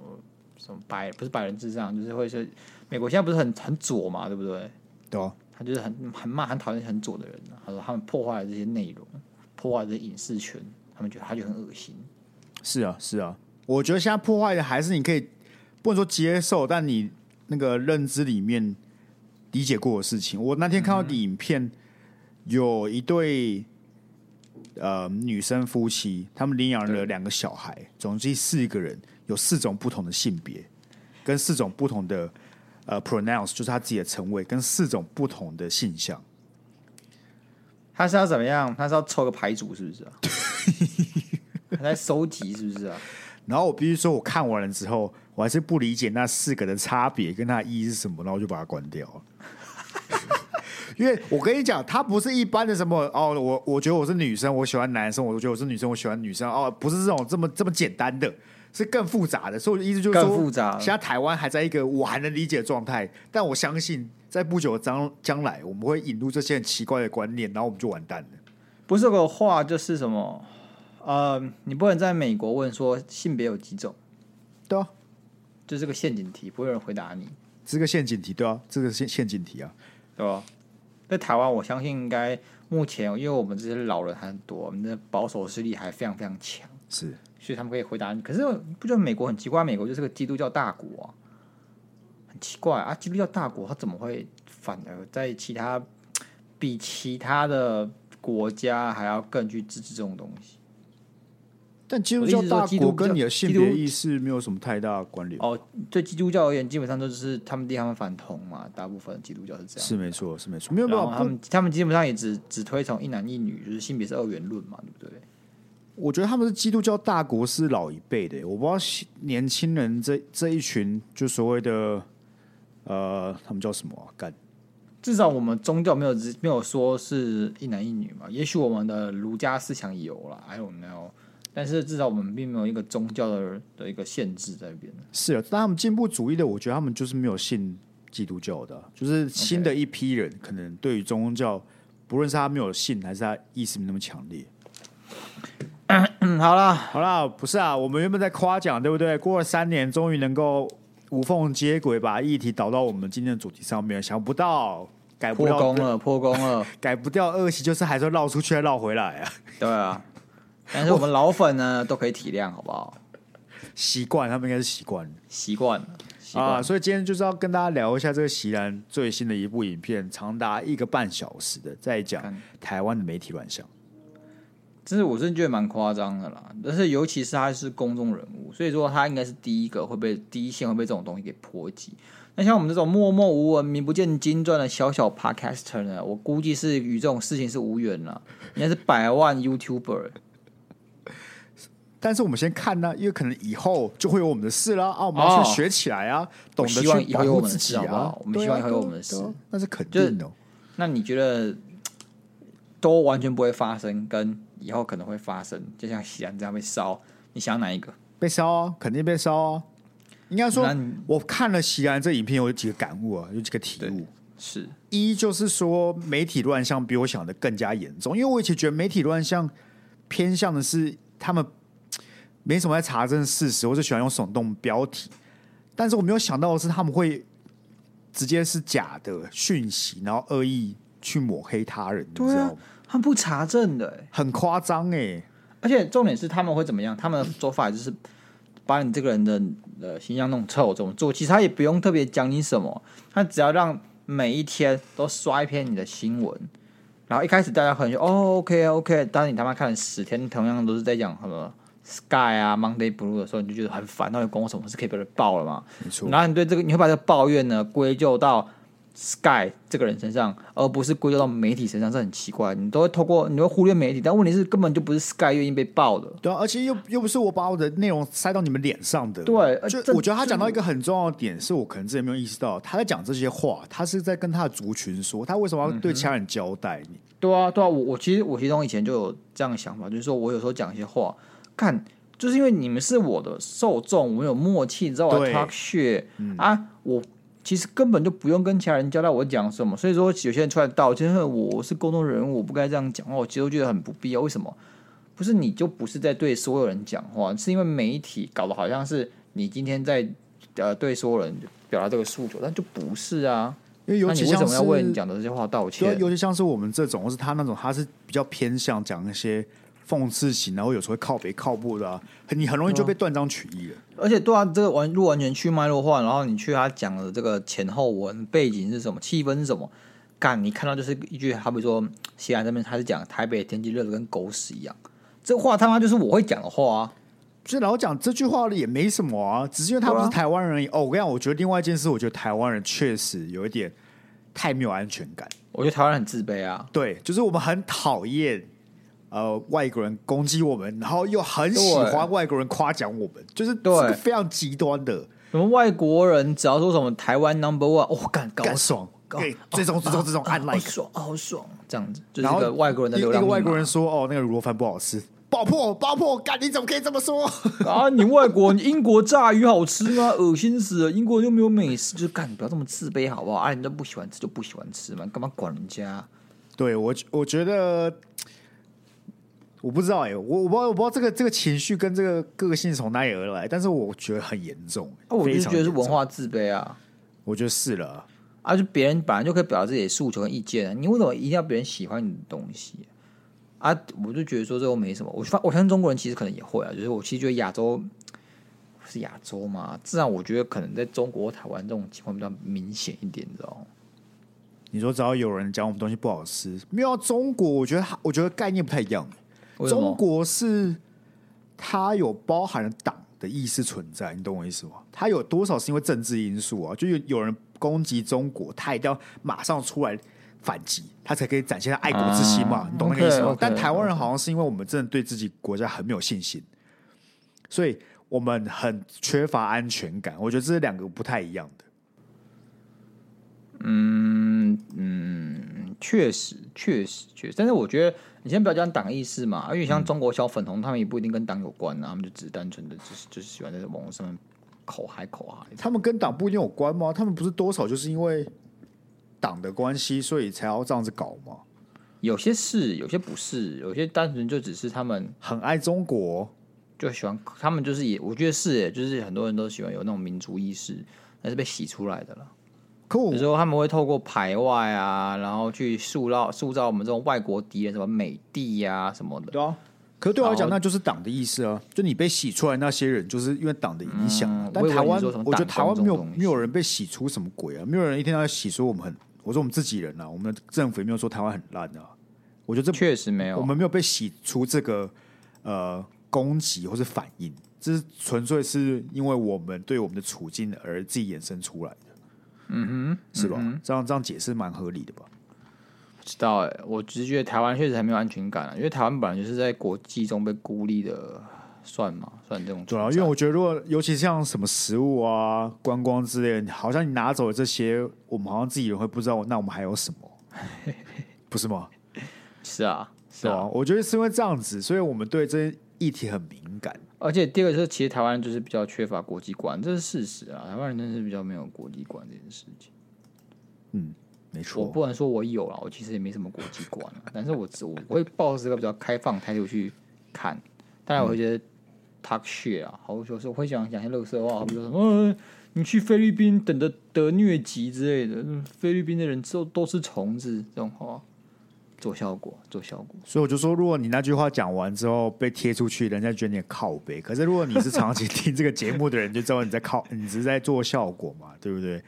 S2: 什么白不是白人至上，就是会是美国现在不是很很左嘛，对不对？
S1: 对哦，
S2: 他就是很很骂、很讨厌、很左的人、啊。他说他们破坏了这些内容，破坏了这些影视圈，他们觉得他就很恶心。
S1: 是啊，是啊。我觉得现在破坏的还是你可以不能说接受，但你那个认知里面理解过的事情。我那天看到的影片，有一对呃女生夫妻，他们领养了
S2: 对
S1: 两个小孩，总计四个人，有四种不同的性别，跟四种不同的呃 pronounce，就是他自己的称谓，跟四种不同的性向。
S2: 他是要怎么样？他是要抽个牌组是不是啊？ 他在收集是不是啊？
S1: 然后我必须说，我看完了之后，我还是不理解那四个的差别跟它的意义是什么，然后我就把它关掉 了。因为我跟你讲，它不是一般的什么哦，我我觉得我是女生，我喜欢男生，我觉得我是女生，我喜欢女生哦，不是这种这么这么简单的，是更复杂的。所以我的意思就是说，
S2: 更复杂了
S1: 现在台湾还在一个我还能理解的状态，但我相信在不久的将将来，我们会引入这些很奇怪的观念，然后我们就完蛋了。
S2: 不是有个话就是什么？呃，你不能在美国问说性别有几种，
S1: 对啊，
S2: 就是这个陷阱题，不会有人回答你，
S1: 这个陷阱题，对啊，这个陷陷阱题啊，
S2: 对吧？在台湾，我相信应该目前，因为我们这些老人还很多，我们的保守势力还非常非常强。
S1: 是
S2: 所以他们可以回答你。可是不觉得美国很奇怪？美国就是个基督教大国啊，很奇怪啊！基督教大国，他怎么会反而在其他比其他的国家还要更去支持这种东西？
S1: 但基督教大
S2: 我的意思是说基
S1: 国
S2: 督
S1: 跟你的性
S2: 基
S1: 别
S2: 督
S1: 意识没有什么太大的关联，
S2: 哦，对基督教而言，基本上都是他们地方反同嘛，大部分基督教是这样。
S1: 是没错，是没错，没有
S2: 然
S1: 办
S2: 后他
S1: 法。不
S2: 们他们基本上也只只推崇一男一女，就是性别是二元论嘛，对不对？
S1: 我觉得他们是基督教大国是老一辈的，我不知道新年轻人这这一群就所谓的呃，他们叫什么啊、干
S2: 至少我们宗教没有只没有说是一男一女嘛，也许我们的儒家思想有啦 i don't know。但是至少我们并没有一个宗教的的一个限制在那边。
S1: 是啊，但他们进步主义的，我觉得他们就是没有信基督教的啊，就是新的一批人可能对于宗教，不论是他没有信，还是他意识没那么强烈。
S2: 嗯， 好啦，
S1: 好啦，不是啊，我们原本在夸奖，对不对？过了三年，终于能够无缝接轨，把议题导到我们今天的主题上面。想不到，改不
S2: 破
S1: 掉
S2: 功，了，破功了，
S1: 改不掉恶习，就是还是绕出去，再绕回来啊。
S2: 对啊。但是我们老粉呢，都可以体谅，好不好？
S1: 习惯，他们应该是习惯了
S2: 习惯了，习惯
S1: 啊。
S2: 了。
S1: 所以今天就是要跟大家聊一下这个席兰最新的一部影片，长达一个半小时的，在讲
S2: 看
S1: 台湾的媒体乱象。
S2: 真是我是觉得蛮夸张的啦。但是尤其是他是公众人物，所以说他应该是第一个会被第一线会被这种东西给波及。那像我们这种默默无闻、名不见经传的小小 podcaster 呢，我估计是与这种事情是无缘了，应该是百万 YouTuber。
S1: 但是我们先看呢、因为可能以后就会有我们的事啦，啊，我们要去
S2: 哦
S1: 学起来啊，懂得
S2: 希望
S1: 去
S2: 以后
S1: 保
S2: 有我
S1: 护
S2: 们的
S1: 自
S2: 事
S1: 己
S2: 好不
S1: 啊
S2: 好。我们
S1: 对
S2: 希望
S1: 啊
S2: 以后有
S1: 对啊
S2: 我们
S1: 对
S2: 的
S1: 啊
S2: 事
S1: 那是肯
S2: 就是
S1: 定的哦。
S2: 那你觉得都完全不会发生，跟以后可能会发生，就像喜兰这样被烧，你想哪一个？
S1: 被烧啊，肯定被烧啊。应该说
S2: 那你，
S1: 我看了席兰这影片有几个感悟啊，有几个体悟。
S2: 是
S1: 一就是说，媒体乱象比我想的更加严重，因为我以前觉得媒体乱象偏向的是他们没什么在查证事实，或者喜欢用耸动标题，但是我没有想到的是他们会直接是假的讯息，然后恶意去抹黑他人，你
S2: 对
S1: 知
S2: 啊
S1: 道吗？
S2: 他们不查证的、欸
S1: 很夸张哎、
S2: 而且重点是他们会怎么样？他们的做法就是把你这个人的呃形象弄臭，怎么做？其实他也不用特别讲你什么，他只要让每一天都刷一篇你的新闻。然后一开始大家可能就哦，OK 啊 OK，但是你他妈看了十天，同样都是在讲什么 Sky 啊、Monday Blue 的时候，你就觉得很烦，到底关我什么事？可以被人爆了嘛？
S1: 没错，
S2: 然后你对这个，你会把这个抱怨呢归咎到 Sky 这个人身上，而不是归咎到媒体身上，这很奇怪。你都会透过，你会忽略媒体，但问题是根本就不是 Sky 愿意被爆的。
S1: 对啊，而且又又不是我把我的内容塞到你们脸上的。
S2: 对呃
S1: 就
S2: 这
S1: 我觉得他讲到一个很重要的点，是我可能之前没有意识到，他在讲这些话，他是在跟他的族群说，他为什么要
S2: 嗯
S1: 对其他人交代你？
S2: 对啊，对啊，我我其实我其中以前就有这样的想法，就是说我有时候讲一些话，看，就是因为你们是我的受众，我们有默契，你知道我在
S1: 对嗯
S2: talk shit、啊，我其实根本就不用跟其他人交代我讲什么，所以说有些人出来道歉，因为我是公众人物，我不该这样讲话，我其实我觉得很不必要，为什么？不是你就不是在对所有人讲话，是因为媒体搞得好像是你今天在呃对所有人表达这个诉求，但就不是啊。
S1: 因为
S2: 那
S1: 尤
S2: 你
S1: 其
S2: 为
S1: 像
S2: 什么
S1: 是
S2: 要为你讲的这些话道
S1: 对啊
S2: 歉，？
S1: 尤其像是我们这种，或是他那种，他是比较偏向讲一些讽刺型，然后有时候会靠北靠步的、啊，很你很容易
S2: 嗯
S1: 就被断章取义了。
S2: 而且对啊，这个完如果完全去脉络化，然后你去他讲的这个前后文、背景是什么、气氛是什么，干你看到就是一句，好比说西安这边他是讲台北天气热的跟狗屎一样，这话他妈就是我会讲的话啊。
S1: 所以老实讲这句话也没什么啊，只是因为他不
S2: 对
S1: 是
S2: 啊
S1: 台湾人而已。哦，我跟你讲，我觉得另外一件事，我觉得台湾人确实有一点太没有安全感。
S2: 我觉得台湾人很自卑啊，
S1: 对，就是我们很讨厌呃外国人攻击我们，然后又很喜欢外国人夸奖我们，就是这
S2: 对
S1: 个非常极端的，
S2: 什么外国人只要说什么台湾 number one，哦，干搞
S1: 干爽，对，这种这种这种按
S2: 好
S1: like，
S2: 爽，哦好爽，这样子哦就是
S1: 啊然
S2: 一
S1: 后
S2: 个外国人的
S1: 一
S2: 流
S1: 一
S2: 量
S1: 个
S2: 密码
S1: 外国人说哦那个卤肉饭不好吃，爆破爆破，干你怎么可以这么说？
S2: 啊，你外国，你英国炸鱼好吃吗？恶心死了！英国又没有美食，就是干，你不要这么自卑好不好？啊，人家不喜欢吃就不喜欢吃嘛，你干嘛管人家？啊
S1: 对我我觉得。我不知道哎、我我不知道我不知道这个这个情绪跟这个个性从哪里而来，但是我觉得很严重、
S2: 啊，我就
S1: 非
S2: 是
S1: 常
S2: 觉得是
S1: 严
S2: 文
S1: 重，
S2: 化自卑啊！
S1: 我觉得是了。
S2: 啊，就别人本来就可以表达自己的诉求跟意见、啊，你为什么一定要别人喜欢你的东西啊？啊我就觉得说这又没什么。我发我相信中国人其实可能也会啊，就是我其实觉得亚洲是亚洲嘛，自然我觉得可能在中国、台湾这种情况比较明显一点，你知道吗？
S1: 你说只要有人讲我们东西不好吃，没有啊中国，我觉得它我觉得概念不太一样。
S2: 为什么
S1: 中国是它有包含了党的意识存在，你懂我意思吗？它有多少是因为政治因素啊？就有有人攻击中国，他一定要马上出来反击，他才可以展现他爱国之心嘛？
S2: 啊
S1: 你懂那个意思吗
S2: OK，OK，
S1: 但台湾人好像是因为我们真的对自己国家很没有信心，所以我们很缺乏安全感。我觉得这是两个不太一样的。
S2: 嗯嗯，确实，确实，确实。但是我觉得，你先不要讲党意识嘛，因为像中国小粉红，他们也不一定跟党有关啊，他们就只是单纯的，就是就是喜欢在网络上面口嗨口嗨。
S1: 他们跟党不一定有关吗？他们不是多少就是因为党的关系，所以才要这样子搞吗？
S2: 有些是，有些不是，有些单纯就只是他们
S1: 很爱中国，
S2: 就喜欢，他们就是也，我觉得是耶，欸就是很多人都喜欢有那种民族意识，那是被洗出来的了。
S1: 可我
S2: 有时候他们会透过排外啊，然后去塑造塑造我们这种外国敌人，什么美帝呀、什么的。
S1: 对啊，可对我来讲，
S2: 然后
S1: 那就是党的意思啊。就你被洗出来那些人，就是因为党的影响、啊
S2: 嗯
S1: 但
S2: 我以为
S1: 台
S2: 你
S1: 湾，
S2: 说什么
S1: 我觉得
S2: 党
S1: 台湾
S2: 中
S1: 没有
S2: 这种东西
S1: 没有人被洗出什么鬼啊，没有人一天到晚洗说我们很，我说我们自己人啊，我们的政府也没有说台湾很烂啊。我觉得这
S2: 确实没有。
S1: 我们没有被洗出这个呃攻击或是反应，这是纯粹是因为我们对我们的处境而自己衍生出来的，
S2: 嗯哼，
S1: 是吧？
S2: 嗯哼
S1: 这样这样解释蛮合理的吧？
S2: 不知道哎、我只是觉得台湾确实很没有安全感啊，因为台湾本来就是在国际中被孤立的，算嘛，算这种存在。
S1: 对啊，因为我觉得如果尤其像什么食物啊、观光之类的，好像你拿走了这些，我们好像自己人会不知道，那我们还有什么？ 不是吗？
S2: 是啊，是
S1: 对
S2: 啊，
S1: 啊，我觉得是因为这样子，所以我们对这些议题很敏感。
S2: 而且第二个就是，其实台湾就是比较缺乏国际观，这是事实啊。台湾人真的是比较没有国际观这件事情。
S1: 没
S2: 我
S1: 错，
S2: 不能说我有了，我其实也没什么国际观啊、 但是我只我我会抱着一个比较开放态度去看。当然，我会觉得 talk shit 啊，好，有时候会想讲一些乐色话，好比说什么、呃你去菲律宾等着得疟疾之类的，嗯菲律宾的人都都是虫子这种话，做效果，做效果。
S1: 所以我就说，如果你那句话讲完之后被贴出去，人家觉得你靠背。可是如果你是长期听这个节目的人，就知道你在靠， 你只是在做效果嘛，对不对？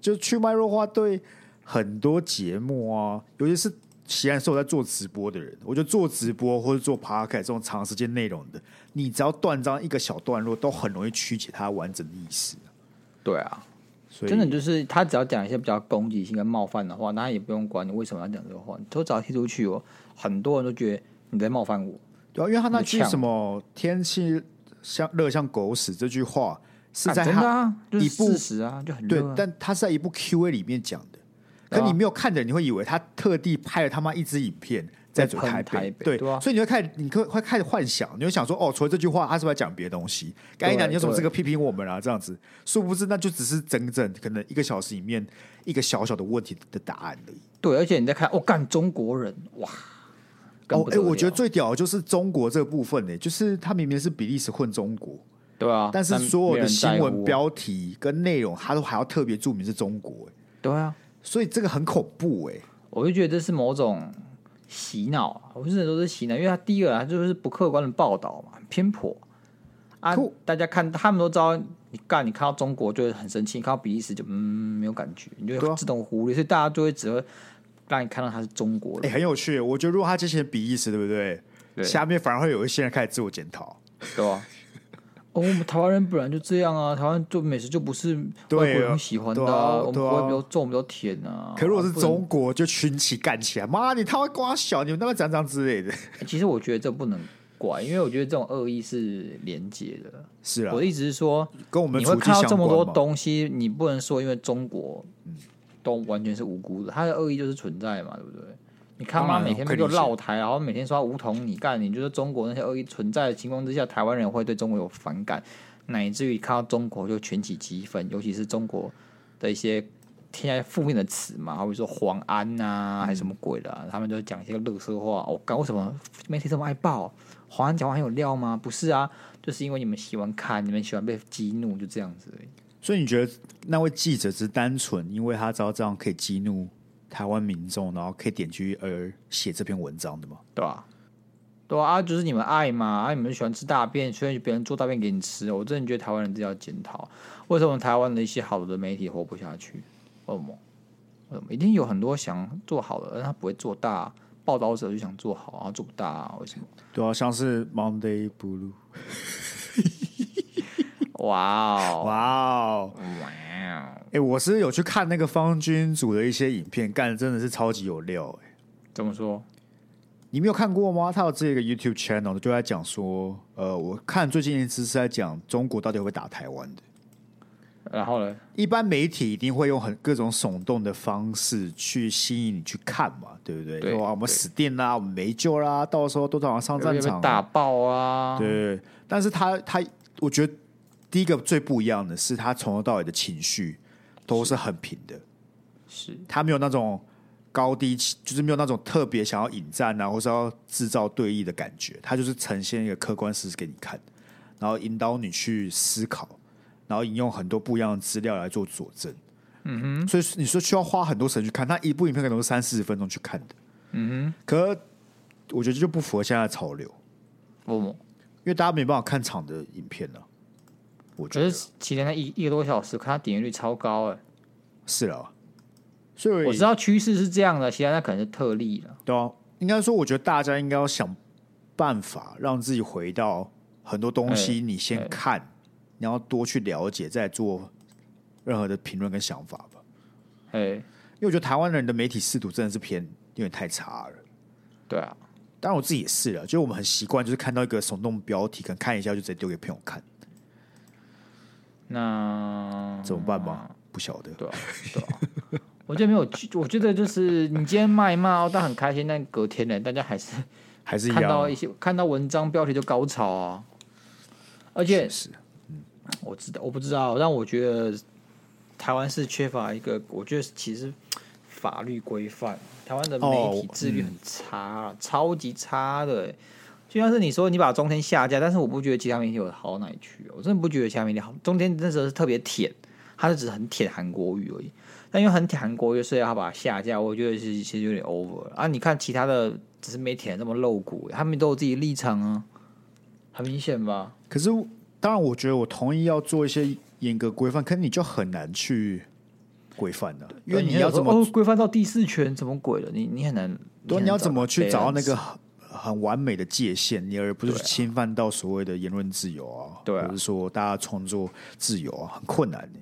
S1: 就去脉弱化对很多节目啊，尤其是西安是我在做直播的人，我觉得做直播或者做 p a r k 这种长时间内容的，你只要断章一个小段落，都很容易曲解它完整的意思。
S2: 对啊，
S1: 所以
S2: 真的就是他只要讲一些比较攻击性跟冒犯的话，那他也不用管你为什么要讲这个话，你都只要踢出去哦，很多人都觉得你在冒犯我。
S1: 对、啊，因为他那句
S2: 你的呛
S1: 什么“天气像热像狗屎”这句话是
S2: 啊
S1: 在
S2: 真
S1: 他、
S2: 的啊，就是
S1: 一部
S2: 事实啊，就很
S1: 对
S2: 热、啊，。
S1: 但他是在一部 Q&A 里面讲的。
S2: 对
S1: 可
S2: 啊
S1: 你没有看的，你会以为他特地拍了他妈一支影片在嘴
S2: 在喷
S1: 台
S2: 台北
S1: 对，
S2: 对啊
S1: 所以你会开始，你会会开始幻想，你会想说，哦，除了这句话，他是不是在讲别的东西？该讲你有什么资格批评我们啊？这样子，殊不知那就只是整整可能一个小时里面一个小小的问题的答案而已。
S2: 对，而且你在看，我、哦、干中国人哇，更
S1: 哦，
S2: 不
S1: 哎、
S2: 得
S1: 我觉得
S2: 了
S1: 最屌的就是中国这个部分呢、就是他明明是比利时混中国，
S2: 对啊，
S1: 但是所
S2: 没
S1: 有的
S2: 人在
S1: 新
S2: 乎
S1: 闻标题跟内容，它都还要特别注明是中国、欸
S2: 对啊，
S1: 所以这个很恐怖哎、
S2: 我就觉得这是某种洗脑啊，我是说这是洗脑，因为他第一个啊就是不客观的报道嘛，很偏颇啊
S1: 可我，
S2: 大家看他们都知道，你干你看到中国就会很生气，你看到比利时就嗯没有感觉，你就
S1: 对啊
S2: 会自动忽略，所以大家就会只会让你看到他是中国
S1: 哎、
S2: 人，
S1: 很有趣欸。我觉得如果他之前比利时，对不对？
S2: 对
S1: 下面反而会有一些人开始自我检讨。
S2: 对吧、哦，我们台湾人本来就这样啊，台湾做美食就不是外国
S1: 对啊
S2: 人喜欢的、
S1: 对啊
S2: 我们
S1: 对啊
S2: 口味比较重，比较甜啊。
S1: 可如果是
S2: 不能
S1: 中国，就群起干起来，妈，你他妈瓜小，你们那么怎样之类的。
S2: 其实我觉得这不能怪，因为我觉得这种恶意是连结的。
S1: 是啊
S2: 我，的意思是说，
S1: 跟我们
S2: 你
S1: 处
S2: 会
S1: 境
S2: 看到
S1: 相
S2: 这么多
S1: 关嘛嗯
S2: 东西，你不能说因为中国都完全是无辜的，他的恶意就是存在嘛，对不对？你看
S1: 当
S2: 妈
S1: 然
S2: 每天
S1: 我可以
S2: 就
S1: 理解
S2: 绕台，然后每天说他梧桐你干，你就是中国那些恶意存在的情况之下，台湾人会对中国有反感，乃至于看到中国就群起激愤，尤其是中国的一些贴在负面的词嘛，好比说黄安呐、还是什么鬼的啊、他们就讲一些乐色话。我、哦、干，为什么媒体这么爱报？黄安讲话很有料吗？不是啊，就是因为你们喜欢看，你们喜欢被激怒，就这样子而已。
S1: 所以你觉得那位记者只是单纯因为他知道这样可以激怒台湾民众，然后可以点击而写这篇文章的吗？
S2: 对吧、对啊，啊就是你们爱嘛，啊，你们喜欢吃大便，所以别人做大便给你吃。我真的觉得台湾人真的要检讨，为什么台湾的一些好的媒体活不下去？为什么？为什么？一定有很多想做好的，但他不会做大，报道者就想做好，然后做不大、为什么？
S1: 对啊，像是 Monday Blue。
S2: 哇哦，
S1: 哇哦！
S2: 哇哦，
S1: 哎、我是有去看那个方君组的一些影片，干的真的是超级有料哎、
S2: 怎么说？
S1: 你没有看过吗？他有自己一个 YouTube channel，就在讲说，呃，我看最近一次是在讲中国到底会不会打台湾的。
S2: 然后呢？
S1: 一般媒体一定会用很各种耸动的方式去吸引你去看嘛，对不对？
S2: 对
S1: 说啊，我们
S2: 对
S1: 死定啦，我们没救啦，到时候都好像上
S2: 会
S1: 战
S2: 被
S1: 场啊、
S2: 打爆啊！
S1: 对，但是他他，我觉得第一个最不一样的是，他从头到尾的情绪都是很平的。
S2: 是，
S1: 他没有那种高低起，就是没有那种特别想要引战啊，或是要制造对弈的感觉。他就是呈现一个客观事实给你看，然后引导你去思考，然后引用很多不一样的资料来做佐证。
S2: 嗯哼，
S1: 所以你说需要花很多时间去看，他一部影片可能是三四十分钟去看的。
S2: 嗯
S1: 可我觉得这就不符合现在的潮流，
S2: 哼，为什么？
S1: 因为大家没办法看场的影片了、我觉
S2: 可
S1: 得
S2: 是期间那一一个多小时，看他点阅率超高哎、
S1: 是了，所以
S2: 我知道趋势是这样的，其他那可能是特例了。
S1: 对啊，应该说，我觉得大家应该要想办法让自己回到很多东西，
S2: 哎
S1: 你先
S2: 哎
S1: 看，你要多去了解，再做任何的评论跟想法吧。
S2: 哎，
S1: 因为我觉得台湾人的媒体视图真的是偏有点太差了。
S2: 对啊，
S1: 当然我自己也是了，就是我们很习惯，就是看到一个耸动标题，可能看一下就直接丢给朋友看，
S2: 嗯 那
S1: 怎么办吧？不晓得。
S2: 对啊，对啊。我觉得没有，我觉得就是你今天骂一骂，哦大家很开心，但隔天呢，大家还是
S1: 还是一
S2: 看
S1: 样啊
S2: 到一，些看到文章标题就高潮啊。而且
S1: 确实
S2: 我知道，我不知道，但我觉得台湾是缺乏一个，我觉得其实法律规范，台湾的
S1: 哦
S2: 媒体自律很差、啊，超级差的欸、就像是你说你把中天下架，但是我不觉得其他媒体有好到哪里去哦，我真的不觉得其他媒体好。中天那时候是特别舔，他就只是很舔韩国语而已。但因为很舔韩国语，所以他把它下架，我觉得其实其实有点 over 了啊。你看其他的，只是没舔得那么露骨欸，他们都有自己立场啊，很明显吧？
S1: 可是当然，我觉得我同意要做一些严格规范，可是你就很难去规范的，因为
S2: 对
S1: 呃你
S2: 那
S1: 要
S2: 个
S1: 怎么
S2: 哦规范到第四圈，怎么鬼了？你你很难，
S1: 对，
S2: 很
S1: 你要
S2: 难
S1: 怎么去找到那个
S2: balance？
S1: 很很完美的界限，你而不是去侵犯到所谓的言论自由啊，
S2: 啊对啊
S1: 或者说大家创作自由啊，很困难的。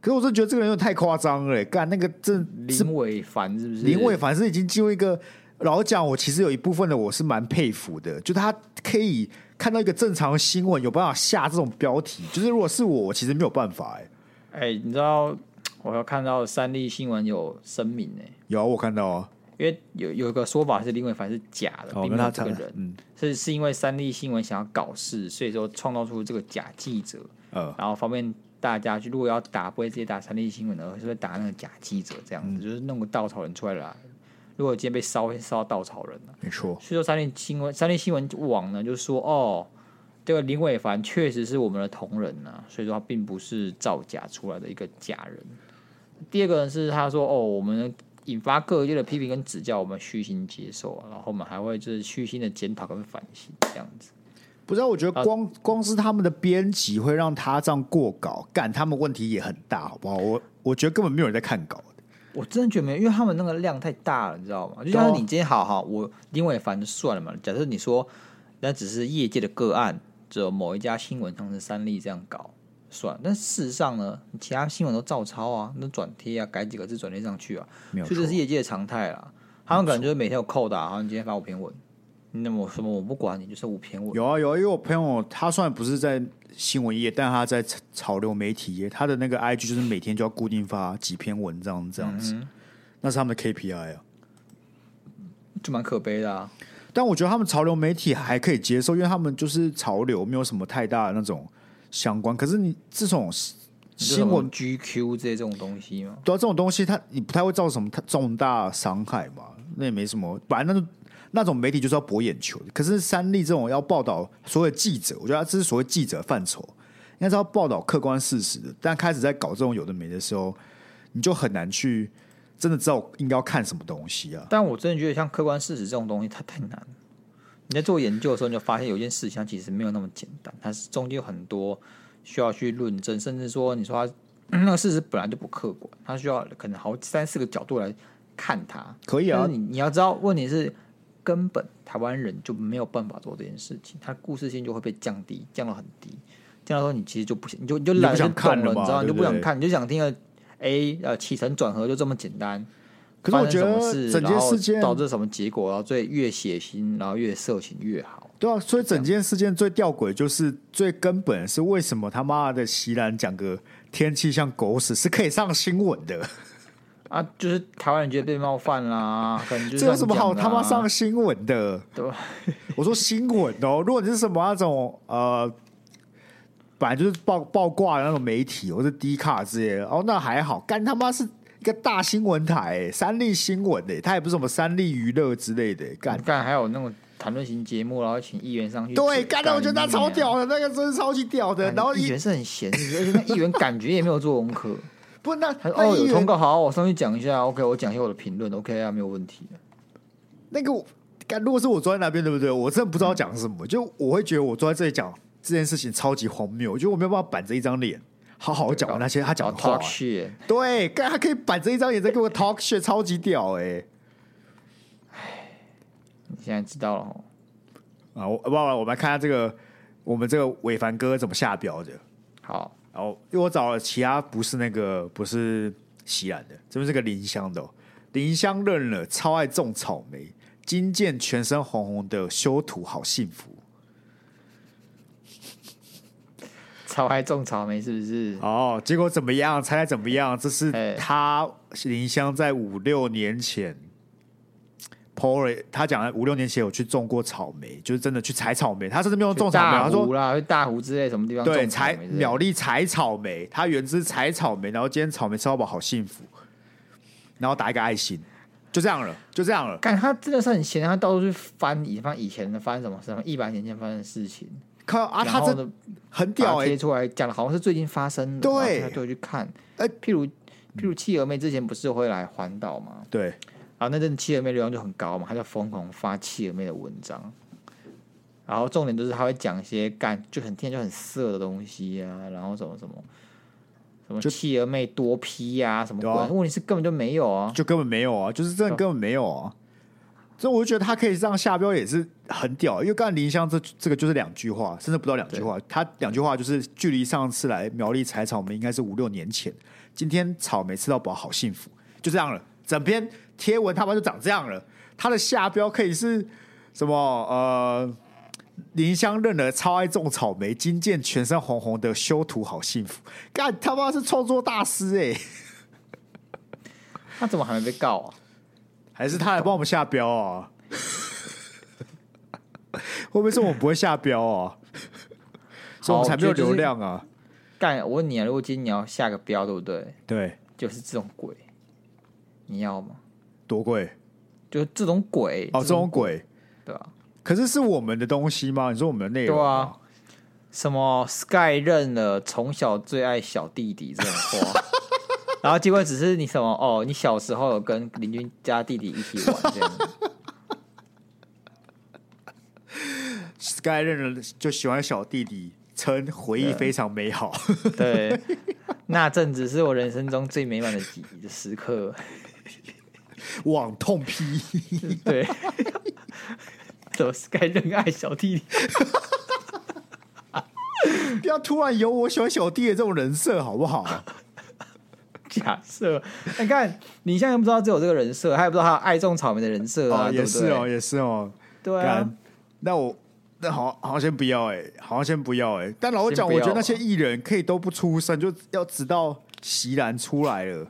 S1: 可是我真的觉得这个人有点太夸张了、欸干那个真是
S2: 林伟凡是不是？
S1: 林伟，凡是已经进入一个老实讲，我其实有一部分的我是蛮佩服的，就他可以看到一个正常的新闻，有办法下这种标题，就是如果是我，我其实没有办法、欸。
S2: 哎、你知道我有看到三立新闻有声明呢、
S1: 有啊我看到啊，
S2: 因为有有一个说法是林伟凡是假的，
S1: 哦，
S2: 并
S1: 那
S2: 没有
S1: 他
S2: 这
S1: 他
S2: 个人，
S1: 嗯
S2: 是是因为三立新闻想要搞事，所以说创造出这个假记者，
S1: 呃，
S2: 然后方便大家去，如果要打，不会直接打三立新闻的，而是会打那个假记者这
S1: 嗯
S2: 样子，就是弄个稻草人出来啦。如果今天被烧，会烧稻草人啊
S1: 没错，
S2: 所以说三立新闻三立新闻网呢，就说哦，这个林伟凡确实是我们的同仁呐、所以说他并不是造假出来的一个假人。第二个呢是他说哦，我们引发各界的批评跟指教，我们虚心接受、啊，然后我们还会就是虚心的检讨跟反省这样子。
S1: 不知道，我觉得光光是他们的编辑会让他这样过稿，干他们问题也很大，好不好？我我觉得根本没有人在看稿的，
S2: 我真的觉得没有，因为他们那个量太大了，你知道吗？就
S1: 对啊
S2: 像你今天好好，我林伟凡就算了嘛。假设你说那只是业界的个案，只有某一家新闻像是三立这样搞算了，但事实上呢，其他新闻都照抄啊，那转贴啊，改几个字转贴上去啊，
S1: 没有
S2: 所
S1: 错
S2: 以这。是业界的常态啦。他们可能就是每天有扣打，然后你今天发五篇文，那么我什么我不管你，就是五篇文。
S1: 有啊有啊，因为我朋友他虽然不是在新闻业，但他在潮潮流媒体业，他的那个 IG 就是每天就要固定发几篇文章这样子，那是他们的 KPI 啊。
S2: 就蛮可悲的啊。
S1: 但我觉得他们潮流媒体还可以接受，因为他们就是潮流，没有什么太大的那种相关。可是你这种新闻
S2: 就是什么 GQ 这些这种东西嘛，
S1: 对啊，这种东西它你不太会造成什么太重大伤害嘛，那也没什么。本来那就那种媒体就是要博眼球的，可是三立这种要报道所有记者，我觉得这是所谓记者范畴，应该是要报道客观事实的。但开始在搞这种有的没的时候，你就很难去真的知道应该要看什么东西啊。
S2: 但我真的觉得像客观事实这种东西，它太难了。你在做研究的时候，你就发现有一件事情，它其实没有那么简单，它是中间有很多需要去论证，甚至说你说它那个事实本来就不客观，它需要可能好三四个角度来看它。
S1: 可以
S2: 但
S1: 啊
S2: 是，你你要知道，问题是根本台湾人就没有办法做这件事情，他故事性就会被降低，降到很低，降到说你其实就不想，你就你就
S1: 你就
S2: 懒
S1: 不
S2: 得
S1: 想看了
S2: 动了，
S1: 嘛
S2: 你知道吗，你就
S1: 对不
S2: 不想
S1: 对
S2: 看，你就想听个 A 呃起承转合就这么简单。
S1: 可是我
S2: 发
S1: 觉得
S2: 生什么事
S1: 整件事件
S2: 然后导致什么结果，然后最越血腥，然后越色情越好。
S1: 对啊，所以整件事件最吊诡就是最根本是为什么他妈的席兰讲个天气像狗屎是可以上新闻的。
S2: 啊，就是台湾人觉得被冒犯啦，可能就是
S1: 这有什么好
S2: 这
S1: 他
S2: 样讲的啊
S1: 妈上新闻的？
S2: 对吧？
S1: 我说新闻哦，如果你是什么那种呃，本来就是爆爆挂的那种媒体，哦或是低卡之类的，哦，那还好。干他妈是一个大新闻台、欸，三立新闻诶、欸，它也不是什么三立娱乐之类的、欸， 干
S2: 你。看还有那种谈论型节目，然后请议员上去嘴。
S1: 对，干的我觉得他超屌
S2: 的。
S1: 的，那个真是超级屌的。
S2: 干
S1: 然后
S2: 啊哎议
S1: 一
S2: 员是很闲，是不是而且那议员感觉也没有做功课。
S1: 不那
S2: 他说：“
S1: 那
S2: 哦，
S1: 议
S2: 有通
S1: 员
S2: 告，好，我上去讲一下。OK，我讲一下我的评论。OK 啊，没有问题。
S1: 那个我干，如果是我坐在那边，对不对？我真的不知道讲什
S2: 嗯
S1: 么，就我会觉得我坐在这里讲这件事情超级荒谬，我觉得我没有办法板着一张脸好好讲完那些他讲
S2: 然
S1: 的
S2: 后
S1: 话
S2: talk。shit，
S1: 欸对，干他可以板着一张脸在给我 talk shit，超级屌哎、
S2: 现在知道了哦。
S1: 啊，我不不，我们来看下这个我们这个伟凡哥怎么下标的。
S2: 好，
S1: 然后因为我找了其他不是那个不是西兰的，这边是个林香的、哦，林香认了，超爱种草莓，金剑全身红红的，修图好幸福
S2: 超爱种草莓是不是？
S1: 哦。结果怎么样？猜猜怎么样？这是
S2: 哎
S1: 他林香在五六年前。PO 了，他讲了五六年前有去种过草莓，就是真的去采草莓。他甚至没有种草莓，
S2: 大
S1: 他说
S2: 湖啦，去大湖之类什么地方
S1: 对，
S2: 种草
S1: 采
S2: 莓之类的？
S1: 苗栗采草莓，它原汁采草莓，然后今天草莓吃到饱，好幸福。然后打一个爱心，就这样了，就这样了。
S2: 干他真的是很闲，啊他到处去翻以翻以前的翻什么什么一百年前发生的事情，
S1: 靠啊，
S2: 然
S1: 他
S2: 后
S1: 真
S2: 呢
S1: 很
S2: 把
S1: 屌
S2: 它
S1: 哎、
S2: 贴出来讲的好像是最近发生的，
S1: 对
S2: 然后大家就去看。
S1: 哎
S2: 譬如譬如企鹅妹之前不是会来环岛吗？
S1: 对，
S2: 然后那阵企鹅妹流量就很高嘛，他就疯狂发企鹅妹的文章，然后重点就是他会讲一些干就很听起来就很色的东西啊，然后什么什么什么
S1: 就
S2: 企鹅妹多批呀、啊、什么鬼，
S1: 对啊
S2: 问题是根本就没有啊，
S1: 就根本没有啊，就是真的根本没有啊。所以我就觉得他可以这样下标也是很屌，因为刚才林香这这个就是两句话，甚至不到两句话，他两句话就是距离上次来苗栗采草莓应该是五六年前，今天草莓吃到饱，好幸福，就这样了。整篇贴文他妈就长这样了，他的下标可以是什么？呃，林香认了超爱种草莓，金剑全身红红的，修图好幸福，干他妈是创作大师哎、
S2: 他怎么还没被告啊？
S1: 还是他来帮我们下标啊？ 会不会是我们不会下标啊？所以我们才没有流量啊？
S2: 干，我问你啊，如果今天你要下个标，对不对？
S1: 对，
S2: 就是这种鬼，你要吗？
S1: 多贵
S2: 就是这种鬼
S1: 哦，这种鬼，
S2: 对吧、
S1: 可是是我们的东西吗？你说我们的内容？
S2: 对啊，，什么 Sky 认了从小最爱小弟弟这种话， 然后结果只是你什么哦，你小时候有跟邻居家弟弟一起玩这样，
S1: Sky 认了就喜欢小弟弟，称回忆非常美好。
S2: 对，啊那阵子是我人生中最美满的几的时刻，
S1: 网痛 批，
S2: 对。怎么 Sky 认爱小弟弟？
S1: 不要突然有我喜欢小弟的这种人设，好不好？
S2: 假设，你看你现在不知道只有这个人设，还不知道他有爱种草莓的人设啊，
S1: 哦，
S2: 对
S1: 也
S2: 不
S1: 是
S2: 对？
S1: 哦，也是哦。
S2: 对啊
S1: 干，，那我那好好像先不要哎、好像先不要哎、但老实讲，
S2: 先
S1: 我
S2: 不要
S1: 觉得那
S2: 吧
S1: 些艺人可以都不出声，就要直到席然出来了，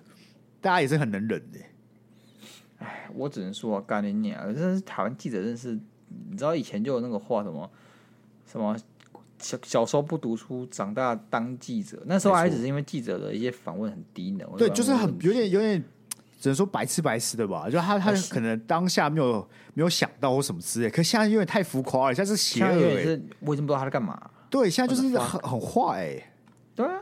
S1: 大家也是很能忍的、
S2: 我只能说干你娘！真是台湾记者，真是你知道以前就有那个话什么什么小小时候不读书，长大当记者。那时候
S1: 没错
S2: 还只是因为记者的一些访问很低能，
S1: 对，就是很有点
S2: 点
S1: 有点，只能说白痴白痴的吧。就他他
S2: 那是
S1: 可能当下没有没有想到或什么之类，可现在有点太浮夸了，现在是邪
S2: 现在有
S1: 恶哎、
S2: 点是我已经不知道他在干嘛。
S1: 对，现在就是
S2: What the
S1: 很很坏哎、
S2: 对啊，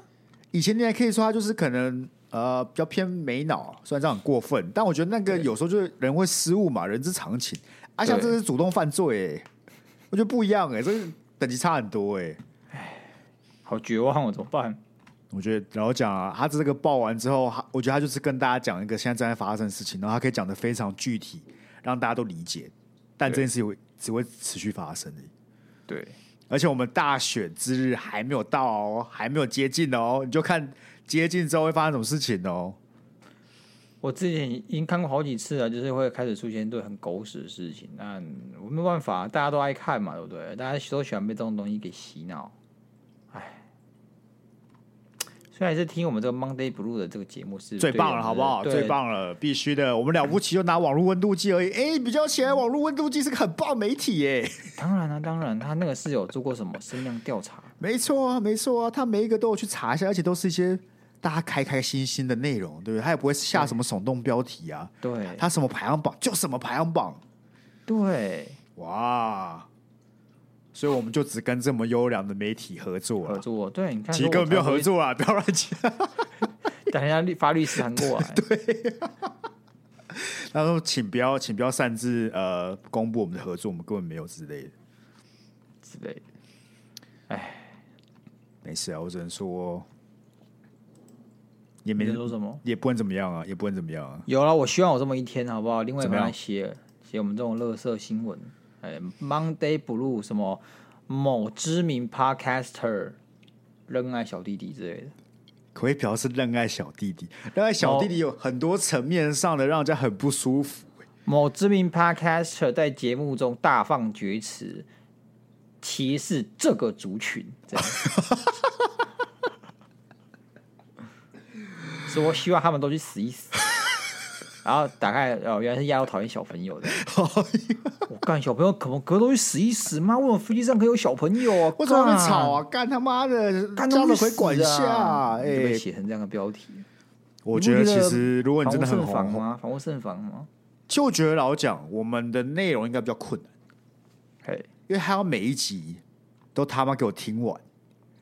S1: 以前你还可以说他就是可能呃比较偏没脑，虽然这样很过分，但我觉得那个有时候就是人会失误嘛，人之常情。啊，像
S2: 对
S1: 这是主动犯罪、欸，我觉得不一样哎、这个等级差很多哎、
S2: 好绝望，哦我怎么办？
S1: 我觉得然后讲啊，他这个爆完之后，他我觉得他就是跟大家讲一个现在正在发生的事情，然后他可以讲的非常具体，让大家都理解。但这
S2: 对
S1: 件事情会只会持续发生而已
S2: 对，
S1: 而且我们大选之日还没有到哦，还没有接近哦，你就看接近之后会发生什么事情哦。
S2: 我之前已经看过好几次了，就是会开始出现对很狗屎的事情，但我没有办法，大家都爱看嘛，对不对？大家都喜欢被这种东西给洗脑，哎，虽然是听我们这个 Monday Blue 的这个节目是
S1: 最
S2: 对
S1: 棒了，
S2: 我们
S1: 好不好？
S2: 对
S1: 最棒了，必须的。我们了不起就拿网络温度计而已。哎、比较起来，网络温度计是个很棒媒体 耶、
S2: 当然了、啊当然，他那个是有做过什么声量调查，
S1: 没错啊，没错啊，他每一个都有去查一下，而且都是一些大家开开心心的内容，对不对？他也不会下什么耸动标题啊，
S2: 对，
S1: 他什么排行榜就什么排行榜，
S2: 对
S1: 哇！所以我们就只跟这么优良的媒体合作
S2: 合
S1: 了。
S2: 作，对，你看，
S1: 其实根本没有合，作啊，不要乱讲。
S2: 等一下律发律师啊函 过来，
S1: 他说：“请不要，请不要擅自呃公布我们的合作，我们根本没有之类的。”
S2: 之类的，
S1: 没事啊，我只能说，也没
S2: 你在说什么？
S1: 也不能怎么样啊，也不能怎么样啊。
S2: 有了，我希望有这么一天，好不好？另外一
S1: 怎么
S2: 方
S1: 样
S2: 来写写我们这种乐色新闻，呃，Monday Blue 什么某知名 podcaster 热爱小弟弟之类的。
S1: 可不可以表示认爱小弟弟？认爱小弟
S2: 哦
S1: 弟有很多层面上的让人家很不舒服、欸
S2: 某知名 podcaster 在节目中大放厥词，歧视这个族群，这样。所以我希望他们都去死 一死。然后打开，哦，原来是亚洲讨厌小朋友的。
S1: 哦
S2: 我干，小朋友可不可都去死一死吗？为什么飞机上可以有小朋友啊？
S1: 为什么会
S2: 干
S1: 吵？啊？干他妈的，
S2: 干
S1: 家长
S2: 都去
S1: 可以
S2: 死
S1: 管一下
S2: 啊！
S1: 哎、
S2: 你就被写成这样的标题。
S1: 我
S2: 你
S1: 觉得
S2: 不
S1: 其实，如果你真的
S2: 防
S1: 很
S2: 护慎防
S1: 红，
S2: 吗？防护慎防吗？
S1: 就觉得老讲我们的内容应该比较困难，
S2: 嘿，
S1: 因为他要每一集都他妈给我听完，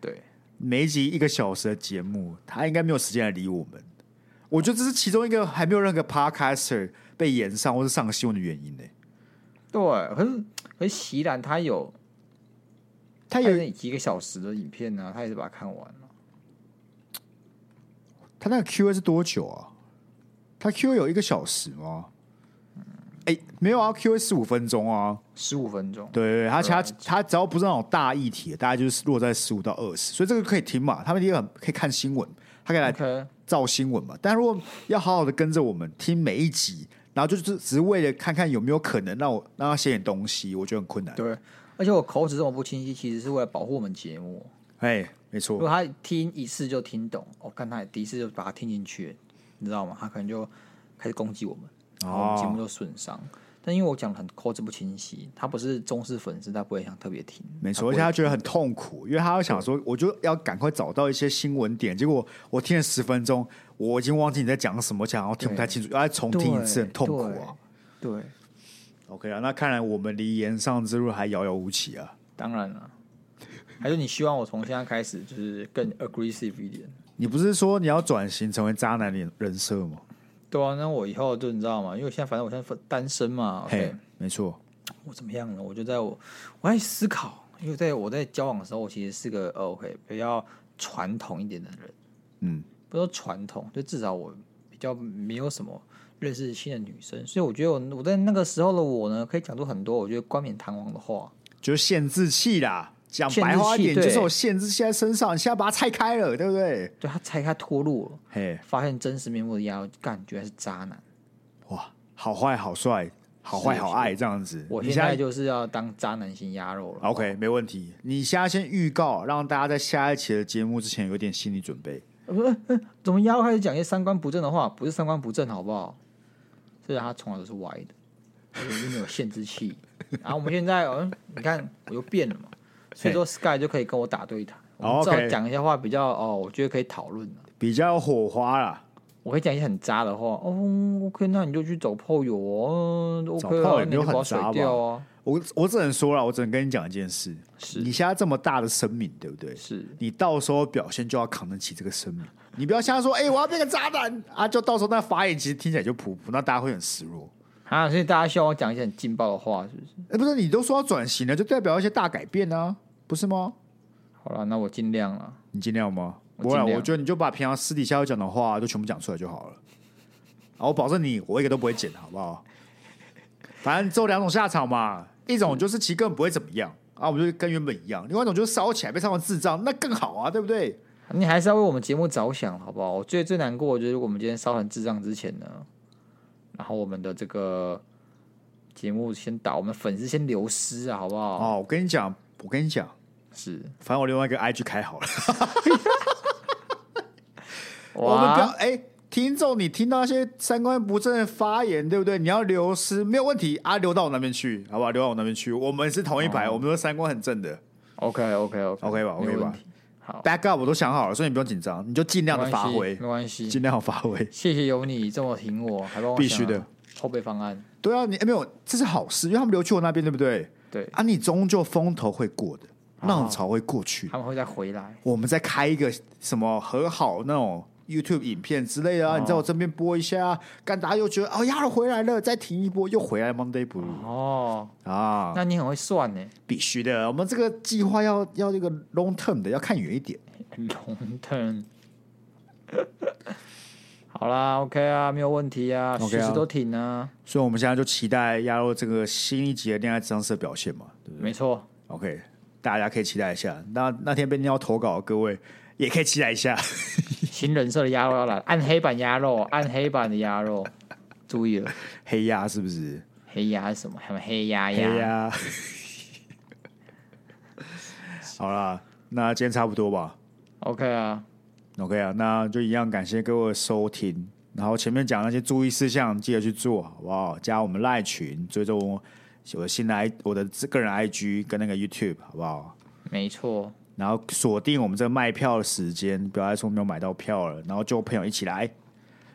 S2: 对，
S1: 每一集一个小时的节目，他应该没有时间来理我们。我觉得这是其中一个还没有任何 podcaster 被延上或是上新闻的原因呢、
S2: 对，可是可是席兰他有
S1: 他
S2: 他
S1: 有
S2: 有几个小时的影片呢、他也是把它看完了。
S1: 他那个 Q&A 是多久啊？他 Q&A 有一个小时吗？哎、没有啊，Q&A 十五分钟啊。
S2: 十五分钟，
S1: 对对对，啊他其他
S2: Right
S1: 他只要不是那种大议题，大概就是落在十五到二十，所以这个可以听嘛。他们也很可以看新闻，他可以来
S2: OK，
S1: 造新闻嘛。但如果要好好的跟着我们听每一集，然后就是只是为了看看有没有可能让我让他写点东西，我觉得很困难。
S2: 对。而且我口齿这么不清晰，其实是为了保护我们节目。
S1: 哎，没
S2: 如果
S1: 错，
S2: 他听一次就听懂，哦我、看他第一次就把它听进去，你知道吗？他可能就开始攻击我们，然后我们节目就损伤。但因为我讲得很口齿不清晰，他不是忠实粉丝，他不会想特别听。
S1: 没错，而且
S2: 他不会
S1: 他觉得很痛苦，因为他要想说，我就要赶快找到一些新闻点。结果我听了十分钟，我已经忘记你在讲什么，讲然后听不太清楚，要再重听一次，很痛苦啊。
S2: 对，对
S1: OK 啊，那看来我们离延上之路还遥遥无期啊。
S2: 当然了。还是你希望我从现在开始就是更 aggressive 一点？
S1: 你不是说你要转型成为渣男人人设吗？
S2: 对啊，那我以后就你知道吗？因为我现在反正我现在单身嘛
S1: 嘿
S2: ，OK，，
S1: 没错，
S2: 我怎么样呢？我就在我我在思考，因为在我在交往的时候，我其实是个呃 OK 比较传统一点的人，
S1: 嗯，
S2: 不说传统，就至少我比较没有什么认识新的女生，所以我觉得我我在那个时候的我呢，可以讲出很多我觉得冠冕堂皇的话。
S1: 就是限制器啦。讲
S2: 限制
S1: 白
S2: 器
S1: 话一点，
S2: 对
S1: 就是我限制器在身上，你现在把它拆开了，对不对？
S2: 对他拆开脱路了，
S1: 嘿，
S2: 发现真实面目的丫头，感觉是渣男。
S1: 哇，好坏好帅，好坏好爱这样子。
S2: 我
S1: 你
S2: 现
S1: 现
S2: 在
S1: 在哦
S2: 就是要当渣男型鸭肉了。
S1: OK 没问题。你现在先预告，让大家在下一期的节目之前有点心理准备。
S2: 我说，呃呃 怎么要开始讲一些三观不正的话？不是三观不正，好不好？虽然他从来都是歪的，我就没有限制器。 然后我们现在，嗯，你看我又变了嘛，所以说 Sky 就可以跟我打对台。我
S1: 哦
S2: 们至少
S1: ，OK
S2: 讲一些话比较哦，我觉得可以讨论的。
S1: 比较有火花啦，
S2: 我可以讲一些很渣的话，哦，OK，那你就去找炮友哦嗯，OK
S1: 找炮
S2: 啊，
S1: 友
S2: 那
S1: 你就
S2: 就把
S1: 很
S2: 我
S1: 渣
S2: 水
S1: 吧
S2: 掉哦。
S1: 我我只能说了，我只能跟你讲一件事：
S2: 是
S1: 你现在这么大的声明，对不对？
S2: 是，
S1: 你到时候表现就要扛得起这个声明。你不要瞎说，哎、我要变个渣男啊！就到时候那发言其实听起来就普普，那大家会很失落。
S2: 啊，所以大家希望我讲一些很劲爆的话，是不是？
S1: 哎、不是，你都说要转型了，就代表一些大改变啊，不是吗？
S2: 好了，那我尽量了。
S1: 你尽量吗？
S2: 我
S1: 不然
S2: 尽量
S1: 我觉得你就把平常私底下要讲的话就全部讲出来就好了。啊，我保证你，我一个都不会剪，好不好？反正只有两种下场嘛，一种就是其实根本不会怎么样啊，我们就跟原本一样；，另外一种就是烧起来被烧成智障，那更好啊，对不对？
S2: 你还是要为我们节目着想，好不好？我觉得最难过，就是我们今天烧成智障之前呢，然后我们的这个节目先倒，我们粉丝先流失啊，好不好？
S1: 哦，我跟你讲，我跟你讲，
S2: 是，
S1: 反正我另外一个 IG 开好了。我们不要
S2: 哇，
S1: 哎、听众，你听到一些三观不正的发言，对不对？你要流失没有问题啊，流到我那边去，好不好？流到我那边去，我们是同一排，
S2: 哦
S1: 我们都三观很正的。
S2: OK OK OK
S1: OK 吧
S2: 没有
S1: OK 吧
S2: 问题，好，
S1: Back up 我都想好了，所以你不用紧张，你就尽量的发挥
S2: 没，关系，没关
S1: 尽
S2: 系
S1: 量地发挥。
S2: 谢谢有你这么挺我，还帮我
S1: 必须
S2: 想
S1: 的
S2: 啊后备方案，
S1: 对啊，你、哎没有，这是好事，因为他们流去我那边，对不对？
S2: 对，
S1: 啊，你终究风头会过的，
S2: 哦
S1: 浪潮会过去的。
S2: 他们会再回来，
S1: 我们再开一个什么和好那种 YouTube 影片之类的
S2: 哦
S1: 啊，你在我这边播一下啊，干大家又觉得哦，丫头回来了，再停一波，又回来 Monday Blue
S2: 哦，
S1: 啊，
S2: 那你很会算呢，
S1: 必须的。我们这个计划要要这个 long term 的，要看远一点。
S2: 龙腾。好啦，OK 啊，没有问题啊，
S1: OK
S2: 随
S1: 啊
S2: 时都挺啊，
S1: 所以我们现在就期待鸭肉这个新一集的恋爱智商社表现嘛，对不对
S2: 没错，
S1: ？OK，大家可以期待一下。那那天被尿投稿的各位也可以期待一下。
S2: 新人设的鸭肉要来了，暗黑版鸭肉，暗黑版的鸭肉，注意了，
S1: 黑鸭是不是？
S2: 黑鸭是什么？还有黑鸭
S1: 黑
S2: 鸭，
S1: 鸭。 好啦，那今天差不多吧。
S2: OK 啊，
S1: OK 啊，那就一样感谢各位的收听。然后前面讲那些注意事项，记得去做，好不好？加我们赖群，追踪我我新的 I 我的个人 IG 跟那个 YouTube，好不好？
S2: 没错，
S1: 然后锁定我们这个卖票的时间，不要再说没有买到票了。然后就朋友一起来，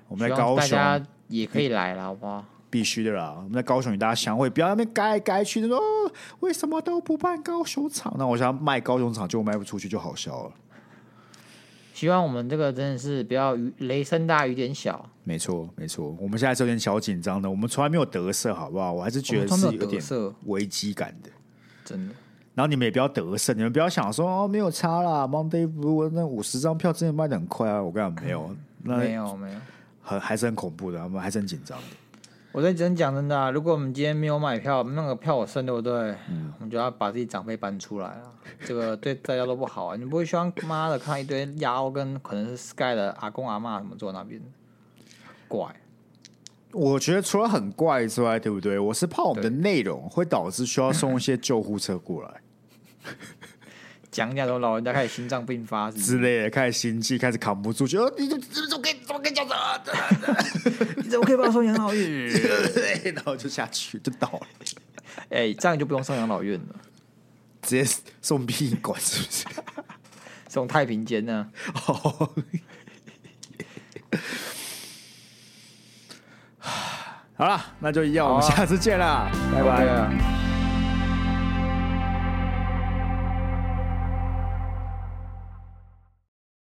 S1: 我们
S2: 希
S1: 在
S2: 望
S1: 高
S2: 大
S1: 雄
S2: 家也可以来了，好不好？
S1: 必须的啦，我们在高雄与大家相会，不要在那边改来改去的说、哦为什么都不办高雄场？那我想卖高雄场，结果卖不出去，就好笑了。
S2: 希望我们这个真的是不要雨雷声大雨点小，
S1: 没错，没错，我们现在是有点小紧张的，我们从来没有得瑟，好不好？我还是觉得
S2: 我们
S1: 是
S2: 从来没有
S1: 有点
S2: 得瑟
S1: 危机感的。
S2: 真的。
S1: 然后你们也不要得瑟，你们不要想说哦没有差啦，Monday Blue 那五十张票真的卖的很快啊！我跟你讲没有，那
S2: 没有没有，
S1: 很还是很恐怖的，我们还是很紧张的。
S2: 我在真讲真的啊、如果我们今天没有买票，那个票我剩对不对？我们就要把自己长辈搬出来啊，这个对大家都不好啊。你不会希望妈的看到一堆鸭欧跟可能是 Sky 的阿公阿妈什么坐那边，怪
S1: 我觉得除了很怪之外，对不对？我是怕我们的内容会导致需要送一些救护车过来
S2: 讲讲什么老人家开始心脏病发是不
S1: 之
S2: 是？
S1: 类的，开始心悸，开始扛不住，觉得你怎么怎么可以怎么可以叫这
S2: 你怎么可以把我送养老院？
S1: 对，然后就下去就倒了，
S2: 哎、这样就不用送养老院了，
S1: 直接送殡仪馆是不是？
S2: 送太平间呢？
S1: 哦，好了，那就一样，我们
S2: 好 啊
S1: 下次见啦，拜
S2: OK
S1: 拜。
S2: 啊